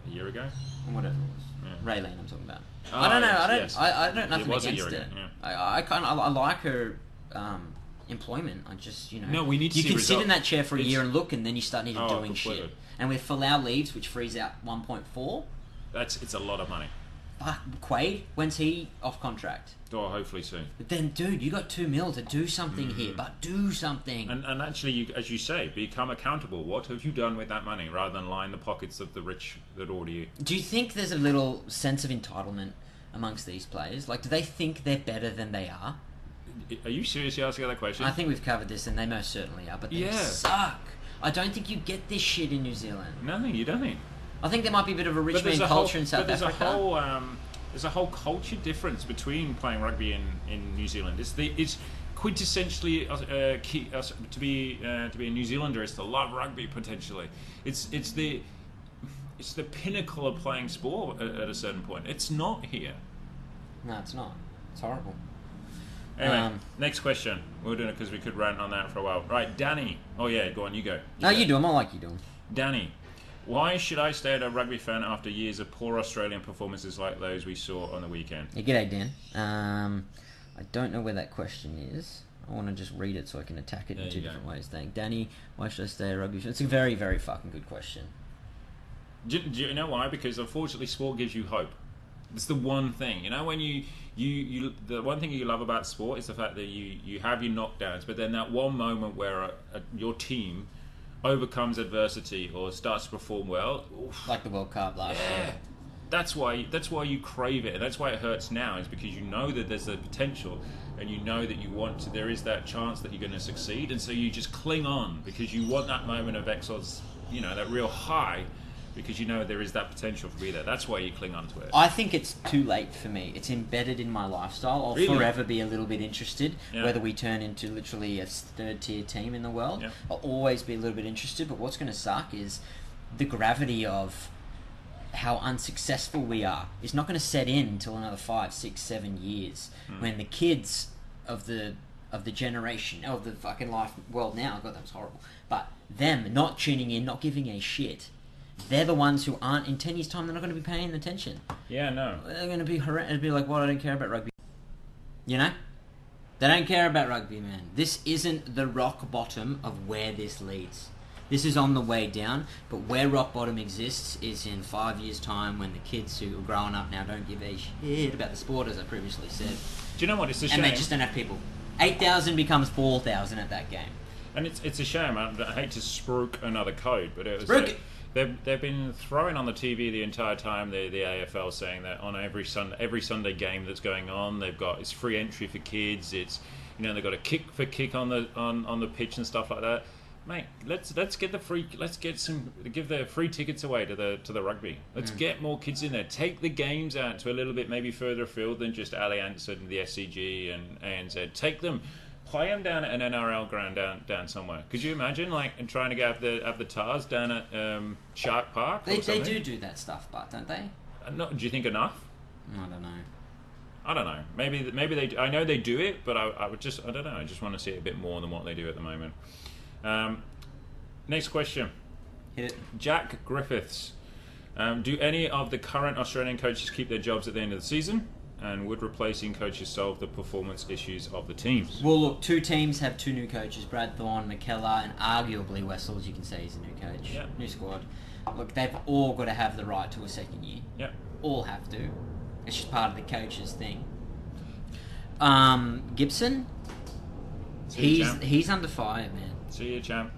S1: A year ago?
S2: And whatever it was.
S1: Yeah.
S2: Ray Lane, I'm talking about.
S1: Oh,
S2: I don't know. I
S1: yes,
S2: don't.
S1: yes.
S2: I, I don't. Nothing
S1: was a
S2: against
S1: year
S2: it.
S1: ago, yeah.
S2: I, I kind of. I, I like her um, employment. I just, you know.
S1: No, we need to
S2: You
S1: see
S2: can sit
S1: result-
S2: in that chair for a
S1: It's-
S2: year and look, and then you start needing
S1: Oh,
S2: doing
S1: completely.
S2: shit. And with Falau leaves, which frees out 1.4.
S1: That's it's a lot of money.
S2: Fuck Quaid. When's he off contract?
S1: Oh, hopefully soon.
S2: But then, dude, you got two mil to do something here. But do something.
S1: Hmm. And, and actually, you, as you say, become accountable. What have you done with that money, rather than line the pockets of the rich that already?
S2: Do you think there's a little sense of entitlement amongst these players? Like, do they think they're better than they are?
S1: Are you seriously asking that question?
S2: I think we've covered this, and they most certainly are, but they
S1: Yeah.
S2: suck. I don't think you get this shit in New Zealand.
S1: no, you don't.
S2: I think there might be a bit of a rich
S1: But
S2: man
S1: there's a
S2: culture
S1: whole-
S2: in South
S1: but there's
S2: Africa.
S1: A whole, um, there's a whole culture difference between playing rugby in, in New Zealand. It's the it's quintessentially uh, key, uh, to be uh, to be a New Zealander is to love rugby potentially. It's it's the it's the pinnacle of playing sport at, at a certain point. It's not here.
S2: No, it's not. It's horrible.
S1: Anyway,
S2: Um,
S1: next question. We were doing it because we could rant on that for a while. Right, Danny. Oh yeah, go on, you go.
S2: No,
S1: go.
S2: you do them. I like you do them.
S1: Danny, why should I stay at a rugby fan after years of poor Australian performances like those we saw on the weekend?
S2: Yeah, g'day, Dan. Um, I don't know where that question is. I want to just read it so I can attack it
S1: There
S2: in two
S1: you go.
S2: different ways. Thank Danny. Why should I stay at rugby? It's a very, very fucking good question.
S1: Do, do you know why? Because unfortunately, sport gives you hope. It's the one thing you know when you you you the one thing you love about sport is the fact that you you have your knockdowns, but then that one moment where a, a, your team overcomes adversity or starts to perform well. oof,
S2: Like the World Cup last year.
S1: that's why that's why you crave it, and that's why it hurts now. Is because you know that there's the potential, and you know that you want to. There is that chance that you're going to succeed, and so you just cling on because you want that moment of exos, you know, that real high, because you know there is that potential to be there. That's why you cling on to it.
S2: I think it's too late for me. It's embedded in my lifestyle. I'll
S1: Really?
S2: forever be a little bit interested
S1: Yeah.
S2: whether we turn into literally a third tier team in the world.
S1: Yeah.
S2: I'll always be a little bit interested, but what's going to suck is the gravity of how unsuccessful we are is not going to set in until another five, six, seven years
S1: Hmm.
S2: when the kids of the of the generation of the fucking life world now. God, that was horrible. But them not tuning in, not giving a shit. They're the ones who aren't in ten years' time. They're not going to be paying attention
S1: yeah, no.
S2: they're going to be horrendous. It'd be like, what? I don't care about rugby. You know, they don't care about rugby, man. This isn't the rock bottom of where this leads. This is on the way down, but where rock bottom exists is in five years' time when the kids who are growing up now don't give a shit about the sport, as I previously said,
S1: Do you know what? It's a shame.
S2: and they just don't have people. Eight thousand becomes four thousand at that game.
S1: And it's it's a shame. I, I hate to spruik another code, but it was
S2: Spruik
S1: like-
S2: it.
S1: they've they've been throwing on the TV the entire time the the AFL saying that on every Sun every Sunday game that's going on, they've got it's free entry for kids. It's you know they've got a kick for kick on the on, on the pitch and stuff like that. Mate, let's let's get the free let's get some give the free tickets away to the to the rugby. Let's get more kids in there. Take the games out to a little bit maybe further afield than just Allianz and the SCG and ANZ. Take them play him down at an NRL ground down down somewhere. Could you imagine like and trying to go up the up the Tars down at um, Shark Park?
S2: They,
S1: or
S2: they
S1: something?
S2: do do that stuff, but don't they?
S1: Uh, Not, do you think enough?
S2: I don't know.
S1: I don't know. Maybe th- maybe they. do- I know they do it, but I, I would just I don't know. I just want to see it a bit more than what they do at the moment. Um, next question,
S2: Hit it.
S1: Jack Griffiths. Um, do any of the current Australian coaches keep their jobs at the end of the season? And would replacing coaches solve the performance issues of the teams?
S2: Well, look, two teams have two new coaches: Brad Thorne, McKellar, and arguably Wessels. You can say he's a new coach,
S1: Yeah.
S2: new squad. Look, they've all got to have the right to a second year.
S1: Yeah.
S2: All have to. It's just part of the coach's thing. Um, Gibson,
S1: See you,
S2: he's
S1: champ.
S2: he's under fire, man.
S1: See you, champ.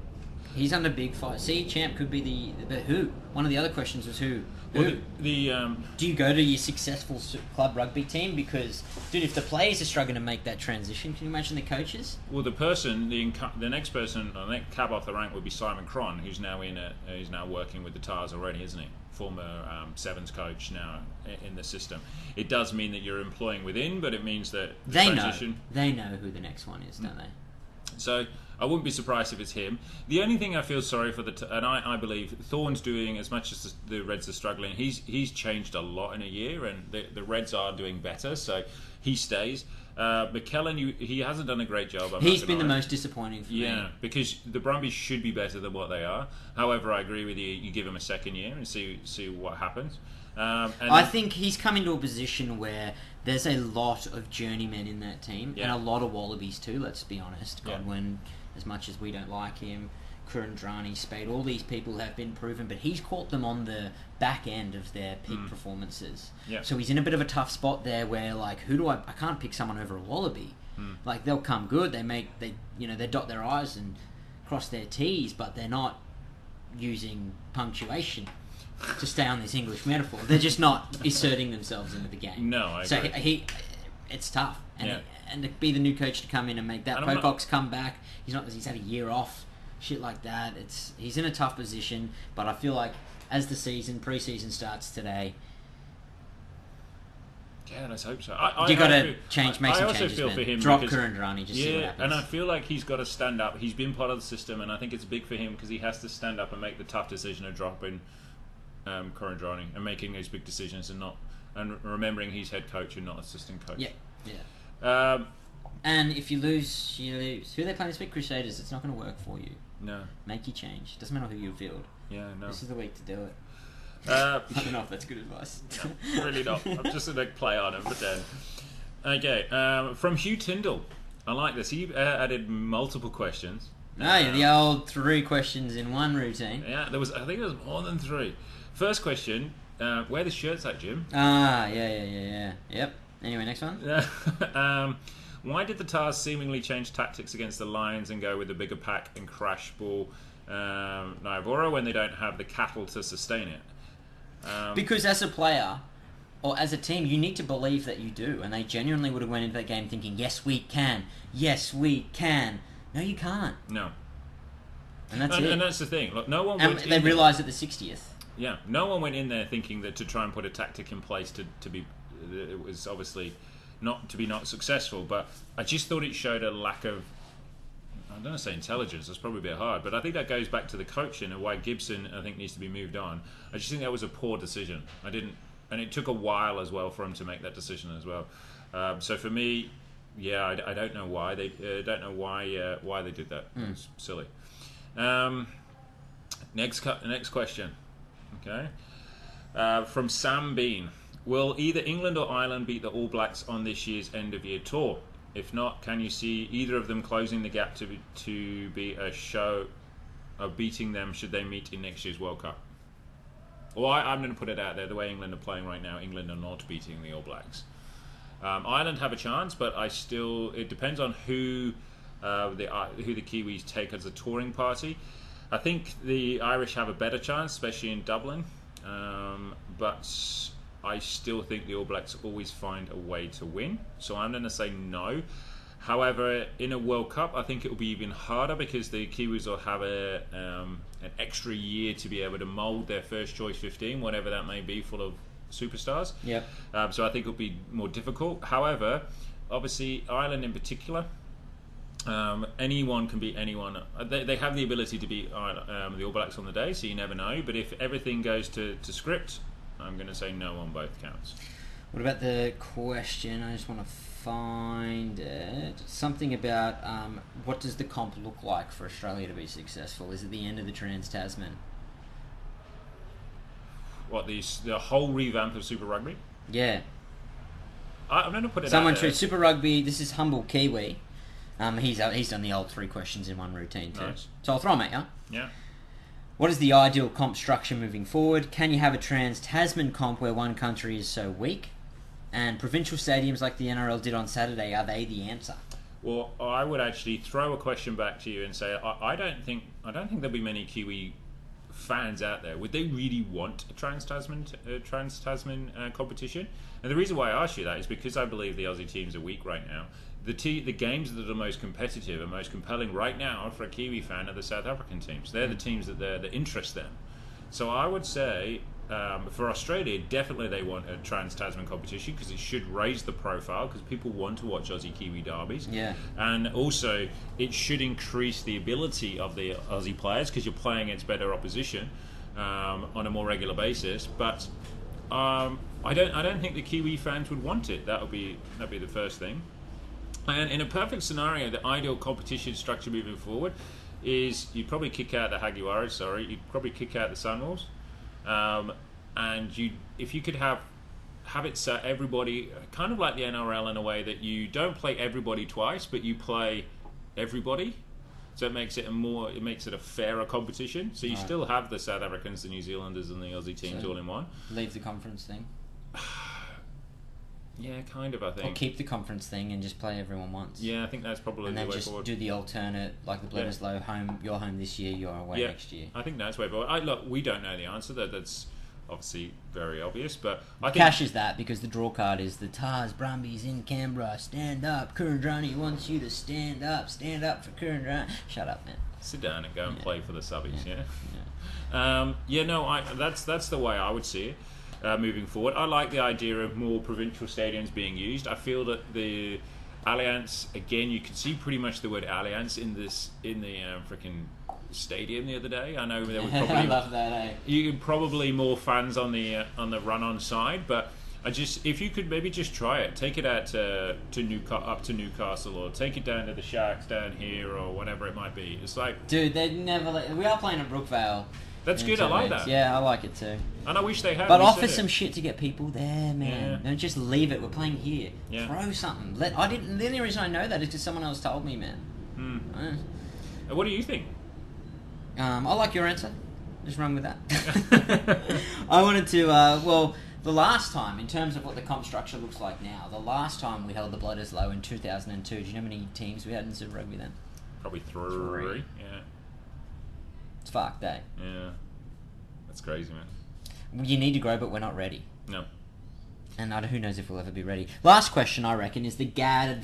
S2: He's under big fire. See, champ could be the but who? One of the other questions was who? Who?
S1: Well, the, the um,
S2: do you go to your successful su- club rugby team? Because, dude, if the players are struggling to make that transition, can you imagine the coaches?
S1: Well, the person, the inco- the next person, the next cab off the rank would be Simon Cron, who's now in a, who's now working with the Tars already, isn't he? Former um, sevens coach now i- in the system. It does mean that you're employing within, but it means that the
S2: They know.
S1: transition. Mm.
S2: They know who the next one is, don't they?
S1: So I wouldn't be surprised if it's him. The only thing I feel sorry for the t- and I, I believe Thorne's doing as much as the, the Reds are struggling. He's he's changed a lot in a year, and the, the Reds are doing better, so he stays. Uh, McKellen, you, he hasn't done a great job. I'm
S2: He's
S1: not gonna
S2: been the
S1: lie.
S2: most disappointing for
S1: Yeah,
S2: me.
S1: because the Brumbies should be better than what they are. However, I agree with you. You give them a second year and see see what happens. Um, and
S2: I think he's come into a position where there's a lot of journeymen in that team and
S1: Yeah.
S2: a lot of wallabies too, let's be honest.
S1: Yeah.
S2: Godwin, as much as we don't like him, Kurandrani, Spade, all these people have been proven, but he's caught them on the back end of their peak performances.
S1: Mm. Yeah.
S2: So he's in a bit of a tough spot there where like who do I I can't pick someone over a wallaby.
S1: Mm.
S2: Like they'll come good, they make they you know, they dot their I's and cross their T's, but they're not using punctuation to stay on this English metaphor. They're just not asserting themselves into the game.
S1: No, I
S2: so
S1: agree.
S2: He, he, it's tough, and
S1: Yeah.
S2: and to be the new coach to come in and make that
S1: And I'm not-
S2: Pocock's come back. He's not. He's had a year off, shit like that. It's he's in a tough position, but I feel like as the season preseason starts today,
S1: yeah, let's hope so. I, I,
S2: you got
S1: I
S2: to
S1: agree.
S2: change,
S1: I-
S2: make
S1: I,
S2: some
S1: also
S2: changes.
S1: feel
S2: man.
S1: for him.
S2: Drop
S1: because-
S2: Kurundrani, just
S1: yeah,
S2: see what happens.
S1: and I feel like he's got to stand up. He's been part of the system, and I think it's big for him because he has to stand up and make the tough decision of dropping um, Corendrani and making those big decisions and not and remembering he's head coach and not assistant coach.
S2: yeah, yeah.
S1: Um,
S2: And if you lose, you lose. Who are they playing this week? Crusaders. It's not going to work for you.
S1: No.
S2: Make your change. Doesn't matter who you field.
S1: Yeah, no.
S2: This is the week to do it.
S1: Uh,
S2: I don't know if that's good advice.
S1: really not. I'm just going to play on and pretend. Okay, um, from Hugh Tyndall. I like this. He uh, added multiple questions.
S2: No, the old three questions in one routine.
S1: uh, Yeah, there was. I think there was more than three. First question: uh, Where the shirts at, Jim?
S2: Ah, yeah, yeah, yeah, yeah. Yep. Anyway, next one.
S1: um, why did the Tars seemingly change tactics against the Lions and go with a bigger pack and crash ball um, Nairavora when they don't have the cattle to sustain it? Um,
S2: Because as a player or as a team, you need to believe that you do, and they genuinely would have went into that game thinking, "Yes, we can. Yes, we can." No, you can't,
S1: no,
S2: and that's
S1: and,
S2: it.
S1: and that's the thing. Look, no one.
S2: and
S1: went
S2: they
S1: in there-
S2: realised at the sixtieth.
S1: Yeah, no one went in there thinking that to try and put a tactic in place to, to be that it was obviously not to be not successful. But I just thought it showed a lack of I don't want to say intelligence. That's probably a bit hard, but I think that goes back to the coaching and why Gibson I think needs to be moved on. I just think that was a poor decision. I didn't, and it took a while as well for him to make that decision as well. Um, so for me, yeah, I, I don't know why they uh, don't know why uh, why they did that. It's silly. Um, next cu- next question. Okay. Uh, from Sam Bean. Will either England or Ireland beat the All Blacks on this year's end of year tour? If not, can you see either of them closing the gap to be, to be a show of beating them should they meet in next year's World Cup? Well, I, I'm going to put it out there. The way England are playing right now, England are not beating the All Blacks. Um, Ireland have a chance, but I still it depends on who uh, the I who the Kiwis take as a touring party. I think the Irish have a better chance, especially in Dublin. Um, but I still think the All Blacks always find a way to win, so I'm going to say no. However, in a World Cup, I think it will be even harder because the Kiwis will have a, um, an extra year to be able to mould their first choice 15, whatever that may be, full of superstars.
S2: Yep.
S1: Um, so I think it'll be more difficult. However, obviously Ireland in particular, um, anyone can beat anyone. Uh, They, they have the ability to beat Ireland, um, the All Blacks on the day, so you never know. But if everything goes to, to script, I'm going to say no on both counts.
S2: What about the question? I just want to find it. Something about um, what does the comp look like for Australia to be successful? Is it the end of the Trans Tasman?
S1: What the the whole revamp of Super Rugby?
S2: Yeah.
S1: I, I'm going to put it.
S2: Someone
S1: out there.
S2: true Super Rugby. This is humble Kiwi. Um, he's uh, he's done the old three questions in one routine too.
S1: Nice.
S2: So I'll throw them at you.
S1: Yeah.
S2: What is the ideal comp structure moving forward? Can you have a trans Tasman comp where one country is so weak? And provincial stadiums like the NRL did on Saturday, are they the answer?
S1: Well, I would actually throw a question back to you and say, I, I don't think I don't think there'll be many Kiwi fans out there. Would they really want a Trans Tasman uh, Trans Tasman uh, competition? And the reason why I ask you that is because I believe the Aussie teams are weak right now. The te- the games that are most competitive and most compelling right now for a Kiwi fan are the South African teams. They're the teams that they're, that interest them. So I would say um, for Australia, definitely they want a Trans Tasman competition because it should raise the profile because people want to watch Aussie Kiwi derbies
S2: Yeah.
S1: and also it should increase the ability of the Aussie players because you're playing against better opposition um, on a more regular basis. But um, I don't, I don't think the Kiwi fans would want it. That would be that'd be the first thing. And in a perfect scenario, the ideal competition structure moving forward is you'd probably kick out the Haguaras, sorry, you'd probably kick out the Sunwolves, um, and you if you could have have it so everybody kind of like the NRL in a way that you don't play everybody twice, but you play everybody. So it makes it a more it makes it a fairer competition. So you still have the South Africans, the New Zealanders, and the Aussie teams
S2: So-
S1: all in one.
S2: Leave the conference thing.
S1: Yeah, kind of. I
S2: Or
S1: think.
S2: keep the conference thing and just play everyone once.
S1: Yeah, I think that's probably
S2: And
S1: the
S2: then
S1: way
S2: just
S1: forward.
S2: do the alternate, like the Bledisloe home, you're home this year, you're away next year.
S1: I think that's way forward. I, look, we don't know the answer. That that's obviously very obvious, but I think
S2: Cash is that because the draw card is the Tars Brumbies in Canberra. Stand up, Kurandrani wants you to stand up, stand up for Kurandrani. Shut up, man.
S1: sit down and go and
S2: Yeah.
S1: play for the subbies. Yeah,
S2: Yeah.
S1: yeah. Um, yeah no, I, that's that's the way I would see it. Uh, moving forward, I like the idea of more provincial stadiums being used. I feel that the Alliance again, you can see pretty much the word Alliance in this in the um, freaking stadium the other day. I know there was probably
S2: I love that. Eh?
S1: you could probably more fans on the uh, on the run on side, but I just if you could maybe just try it, take it out to, to Newca- up to Newcastle or take it down to the Sharks down here or whatever it might be. It's like,
S2: Dude, they never. Let, we are playing at Brookvale.
S1: That's
S2: in
S1: good,
S2: two
S1: I like
S2: weeks.
S1: that.
S2: Yeah, I like it too.
S1: and I wish they had.
S2: But
S1: we
S2: offer
S1: said
S2: some
S1: it.
S2: shit to get people there, man.
S1: Yeah.
S2: Don't just leave it. We're playing here.
S1: Yeah.
S2: Throw something. Let I didn't. The only reason I know that is because someone else told me, man.
S1: Hmm.
S2: Uh,
S1: And What do you think?
S2: Um, I like your answer. What's wrong with that? I wanted to. Uh, well, the last time, in terms of what the comp structure looks like now, the last time we held the blood as low in 2002. Do you know how many teams we had in Super Rugby then?
S1: Probably three.
S2: Three.
S1: Yeah,
S2: It's fuck day.
S1: yeah. That's crazy, man.
S2: You need to grow, but we're not ready.
S1: No.
S2: And I, who knows if we'll ever be ready. Last question, I reckon, is the Gad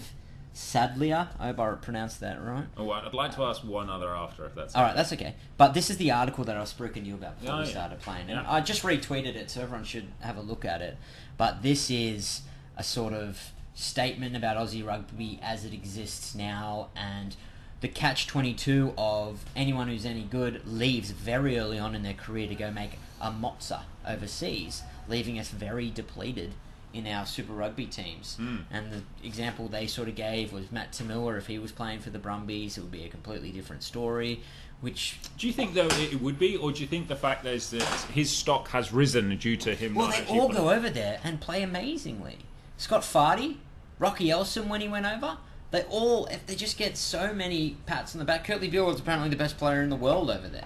S2: Sadlier. I hope I pronounced that right.
S1: Oh, well, I'd like to ask one other after if that's.
S2: All right, that's okay. But this is the article that I was speaking to you about before
S1: Oh,
S2: we
S1: yeah.
S2: started playing, and
S1: Yeah.
S2: I just retweeted it, so everyone should have a look at it. But this is a sort of statement about Aussie rugby as it exists now, and the catch twenty two of anyone who's any good leaves very early on in their career to go make a mozza overseas, leaving us very depleted in our Super Rugby teams. And the example they sort of gave was Matt Tamua. If he was playing for the Brumbies, it would be a completely different story. Which
S1: Do you think though it it would be, or do you think the fact is that his stock has risen due to him?
S2: well,
S1: not
S2: they
S1: actually
S2: all
S1: putting-
S2: go over there and play amazingly. Scott Fardy, Rocky Elson when he went over, they all they just get so many pats on the back. Curtly Bill was apparently the best player in the world over there.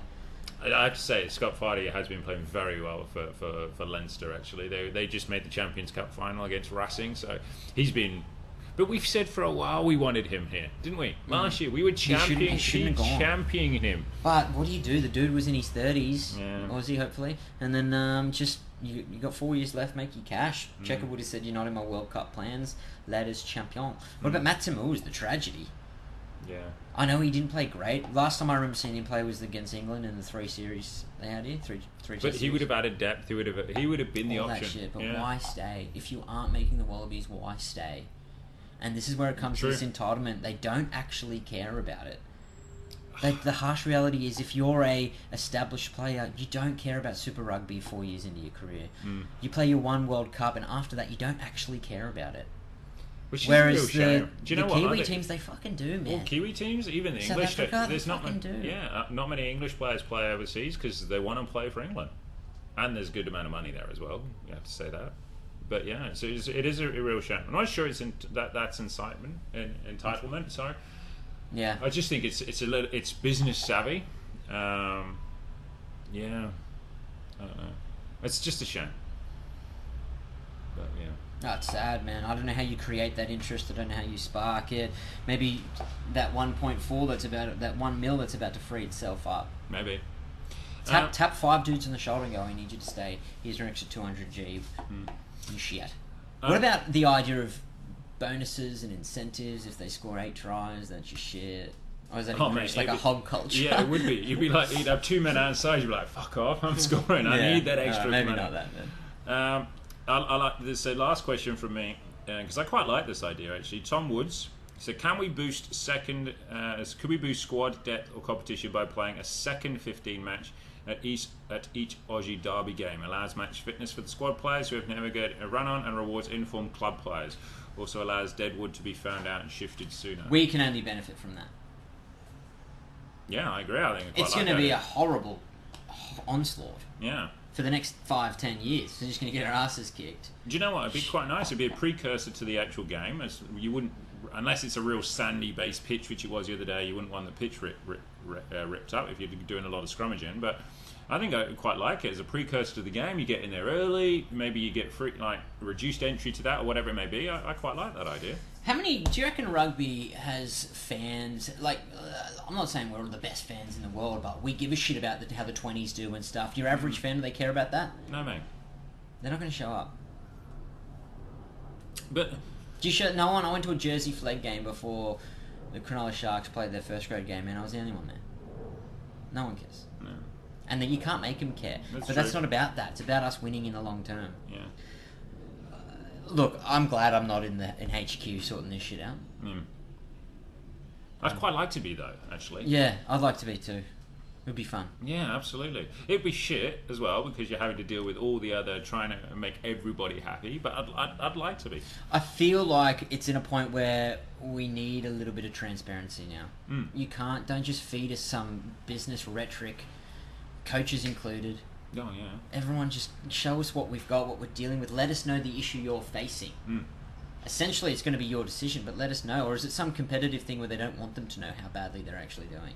S1: I I have to say, Scott Fardy has been playing very well for, for, for Leinster. Actually, they they just made the Champions Cup final against Racing, so he's been. But we've said for a while we wanted him here, didn't we? Last year we were
S2: shouldn't-
S1: championing,
S2: Mm. he shouldn't have gone.
S1: championing him.
S2: But what do you do? The dude was in his thirties,
S1: Yeah.
S2: or was he? Hopefully, and then um, just you, you got four years left. Make your cash.
S1: Mm.
S2: Checker would have said, "You're not in my World Cup plans." Ladders champion. What
S1: Mm.
S2: about Matsumu? Is the tragedy?
S1: Yeah,
S2: I know he didn't play great. Last time I remember seeing him play was against England in the three series they had here. Three, three.
S1: but
S2: test
S1: he would
S2: series.
S1: have added depth. He would have he would have been the
S2: all
S1: option.
S2: that shit. But
S1: Yeah.
S2: why stay if you aren't making the Wallabies? Why stay? And this is where it comes
S1: True.
S2: to this entitlement. They don't actually care about it. Like the harsh reality is, if you're a established player, you don't care about Super Rugby four years into your career.
S1: Hmm.
S2: You play your one World Cup, and after that, you don't actually care about it.
S1: Which is a real
S2: Whereas the,
S1: shame. Do you
S2: the
S1: know what? I
S2: Kiwi
S1: think-
S2: teams, they fucking do, man.
S1: Well, Kiwi teams, even the
S2: South
S1: English,
S2: Africa, they
S1: there's not many,
S2: fucking do.
S1: yeah, uh, not many English players play overseas because they want to play for England, and there's a good amount of money there as well. You have to say that, but yeah, so it's, it is a, a real shame. I'm not sure it's in, that that's incitement and entitlement. Sorry,
S2: yeah.
S1: I just think it's it's a little it's business savvy. Um, yeah, I don't know. It's just a shame. But yeah,
S2: That's Oh, sad, man. I don't know how you create that interest. I don't know how you spark it. Maybe that one point four that's about that one mil that's about to free itself up.
S1: maybe.
S2: Tap
S1: Uh,
S2: tap five dudes on the shoulder and go. I need you to stay. Here's an extra two hundred G.
S1: Hmm.
S2: And shit.
S1: Um,
S2: what about the idea of bonuses and incentives if they score eight tries? That's your shit. Or is that
S1: Oh,
S2: even
S1: mate,
S2: just like
S1: it
S2: a
S1: would-
S2: hog culture?
S1: Yeah, it would be. You'd be like, you'd have two men outside. You'd be like, "Fuck off! I'm scoring. I
S2: Yeah.
S1: need that
S2: Alright,
S1: extra."
S2: maybe
S1: money."
S2: not that then.
S1: Um, I, I like this. So, last question from me, because I quite like this idea actually. Tom Woods. So, can we boost second? Uh, could we boost squad depth or competition by playing a second 15 match at each at each Aussie derby game? Allows match fitness for the squad players who have never got a run on, and rewards informed club players. Also allows Deadwood to be found out and shifted sooner.
S2: We can only benefit from that.
S1: yeah, I agree. I think I quite
S2: it's
S1: like
S2: going to
S1: that.
S2: be a horrible h- onslaught
S1: yeah.
S2: for the next five, ten years. We're just going to get our asses kicked.
S1: Do you know what? It'd be quite nice. It'd be a precursor to the actual game. As you wouldn't, unless it's a real sandy-based pitch, which it was the other day. You wouldn't want the pitch rip, rip, rip, uh, ripped up if you're doing a lot of scrummaging. But I think I quite like it as a precursor to the game. You get in there early. Maybe you get free, like reduced entry to that, or whatever it may be. I, I quite like that idea.
S2: How many do you reckon rugby has fans? Like, uh, I'm not saying we're the best fans in the world, but we give a shit about the, how the 20s do and stuff. Your average fan, do they care about that?
S1: No man,
S2: They're not going to show up.
S1: but
S2: Do you show no one? I went to a Jersey flag game before the Cronulla Sharks played their first grade game, and I was the only one there. No one cares,
S1: no,
S2: and then you can't make them care.
S1: That's
S2: but that's
S1: true.
S2: not about that. It's about us winning in the long term.
S1: yeah,
S2: Look, I'm glad I'm not in the in HQ sorting this shit out.
S1: mm. I'd quite like to be though. Actually,
S2: Yeah, I'd like to be too. would be fun.
S1: Yeah, absolutely. It'd be shit as well because you're having to deal with all the other trying to make everybody happy. But I'd, I'd, I'd like to be.
S2: I feel like it's in a point where we need a little bit of transparency now.
S1: Mm.
S2: You can't don't just feed us some business rhetoric, coaches included.
S1: Oh yeah.
S2: Everyone just show us what we've got, what we're dealing with. Let us know the issue you're facing.
S1: Mm.
S2: Essentially, it's going to be your decision, but let us know. Or is it some competitive thing where they don't want them to know how badly they're actually doing?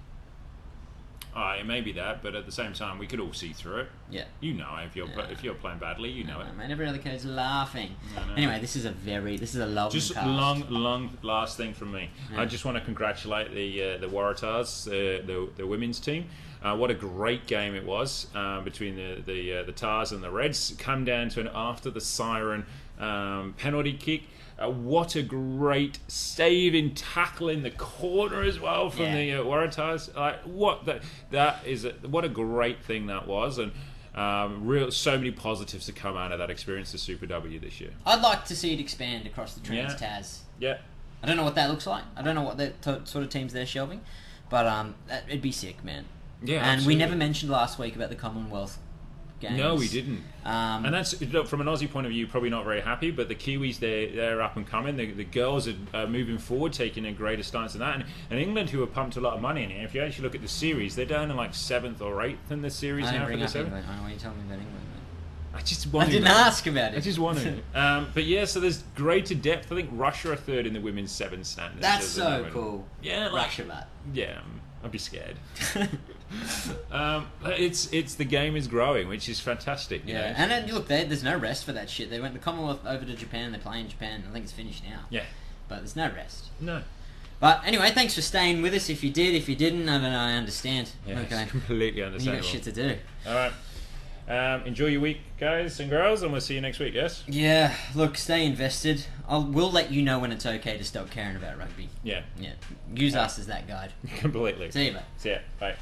S1: Ah, it may be that, but at the same time, we could all see through it.
S2: Yeah.
S1: You know, if you're
S2: Yeah.
S1: if you're playing badly, you know it.
S2: No, man, every other code's laughing.
S1: I know.
S2: Anyway, this is a very this is a long
S1: Just
S2: cast.
S1: long, long last thing from me.
S2: Yeah.
S1: I just want to congratulate the uh, the Waratahs, uh, the the women's team. Uh, what a great game it was uh, between the the uh, the Tars and the Reds. Come down to an after the siren um, penalty kick. Uh, what a great save in tackle in the corner as well from
S2: Yeah.
S1: the uh, Waratahs. Like what the, that is. A, what a great thing that was and. Um, real, so many positives to come out of that experience to Super W this year.
S2: I'd like to see it expand across the Trans Taz.
S1: Yeah,
S2: I don't know what that looks like. I don't know what that t- sort of teams they're shelving, but um, that, it'd be sick, man.
S1: yeah.
S2: and
S1: absolutely.
S2: we never mentioned last week about the Commonwealth games.
S1: No, we didn't.
S2: Um,
S1: And that's look from an Aussie point of view, probably not very happy. But the Kiwis, they're they're up and coming. The, the girls are, are moving forward, taking a greater stance than that. And, and England, who have pumped a lot of money in here, if you actually look at the series, they're down to like seventh or eighth in the series
S2: I didn't
S1: now for
S2: bring
S1: the
S2: up
S1: seventh.
S2: England. I know what you're telling me about England. mate.
S1: I just
S2: I
S1: want.
S2: didn't
S1: England.
S2: ask about it.
S1: I just want to. um, but yeah, so there's greater depth. I think Russia are third in the women's seven standards.
S2: That's
S1: as
S2: so
S1: another-
S2: cool.
S1: Yeah, like-
S2: Russia, that.
S1: Yeah, um, I'd be scared. um, but it's it's the game is growing, which is fantastic. you
S2: Yeah,
S1: know?
S2: and then, look, there, there's no rest for that shit. They went the Commonwealth over to Japan. They're playing Japan. I think it's finished now.
S1: yeah,
S2: But there's no rest.
S1: no.
S2: But anyway, thanks for staying with us. If you did, if you didn't, I don't know. I understand.
S1: Yeah,
S2: okay.
S1: it's completely
S2: You got
S1: understandable.
S2: shit to do.
S1: All right. Um, enjoy your week, guys and girls, and we'll see you next week. Yes.
S2: Yeah. Look, stay invested. I'll we'll let you know when it's okay to stop caring about rugby.
S1: Yeah.
S2: Yeah. Use us as that guide.
S1: Completely.
S2: See you, mate.
S1: See ya. Bye.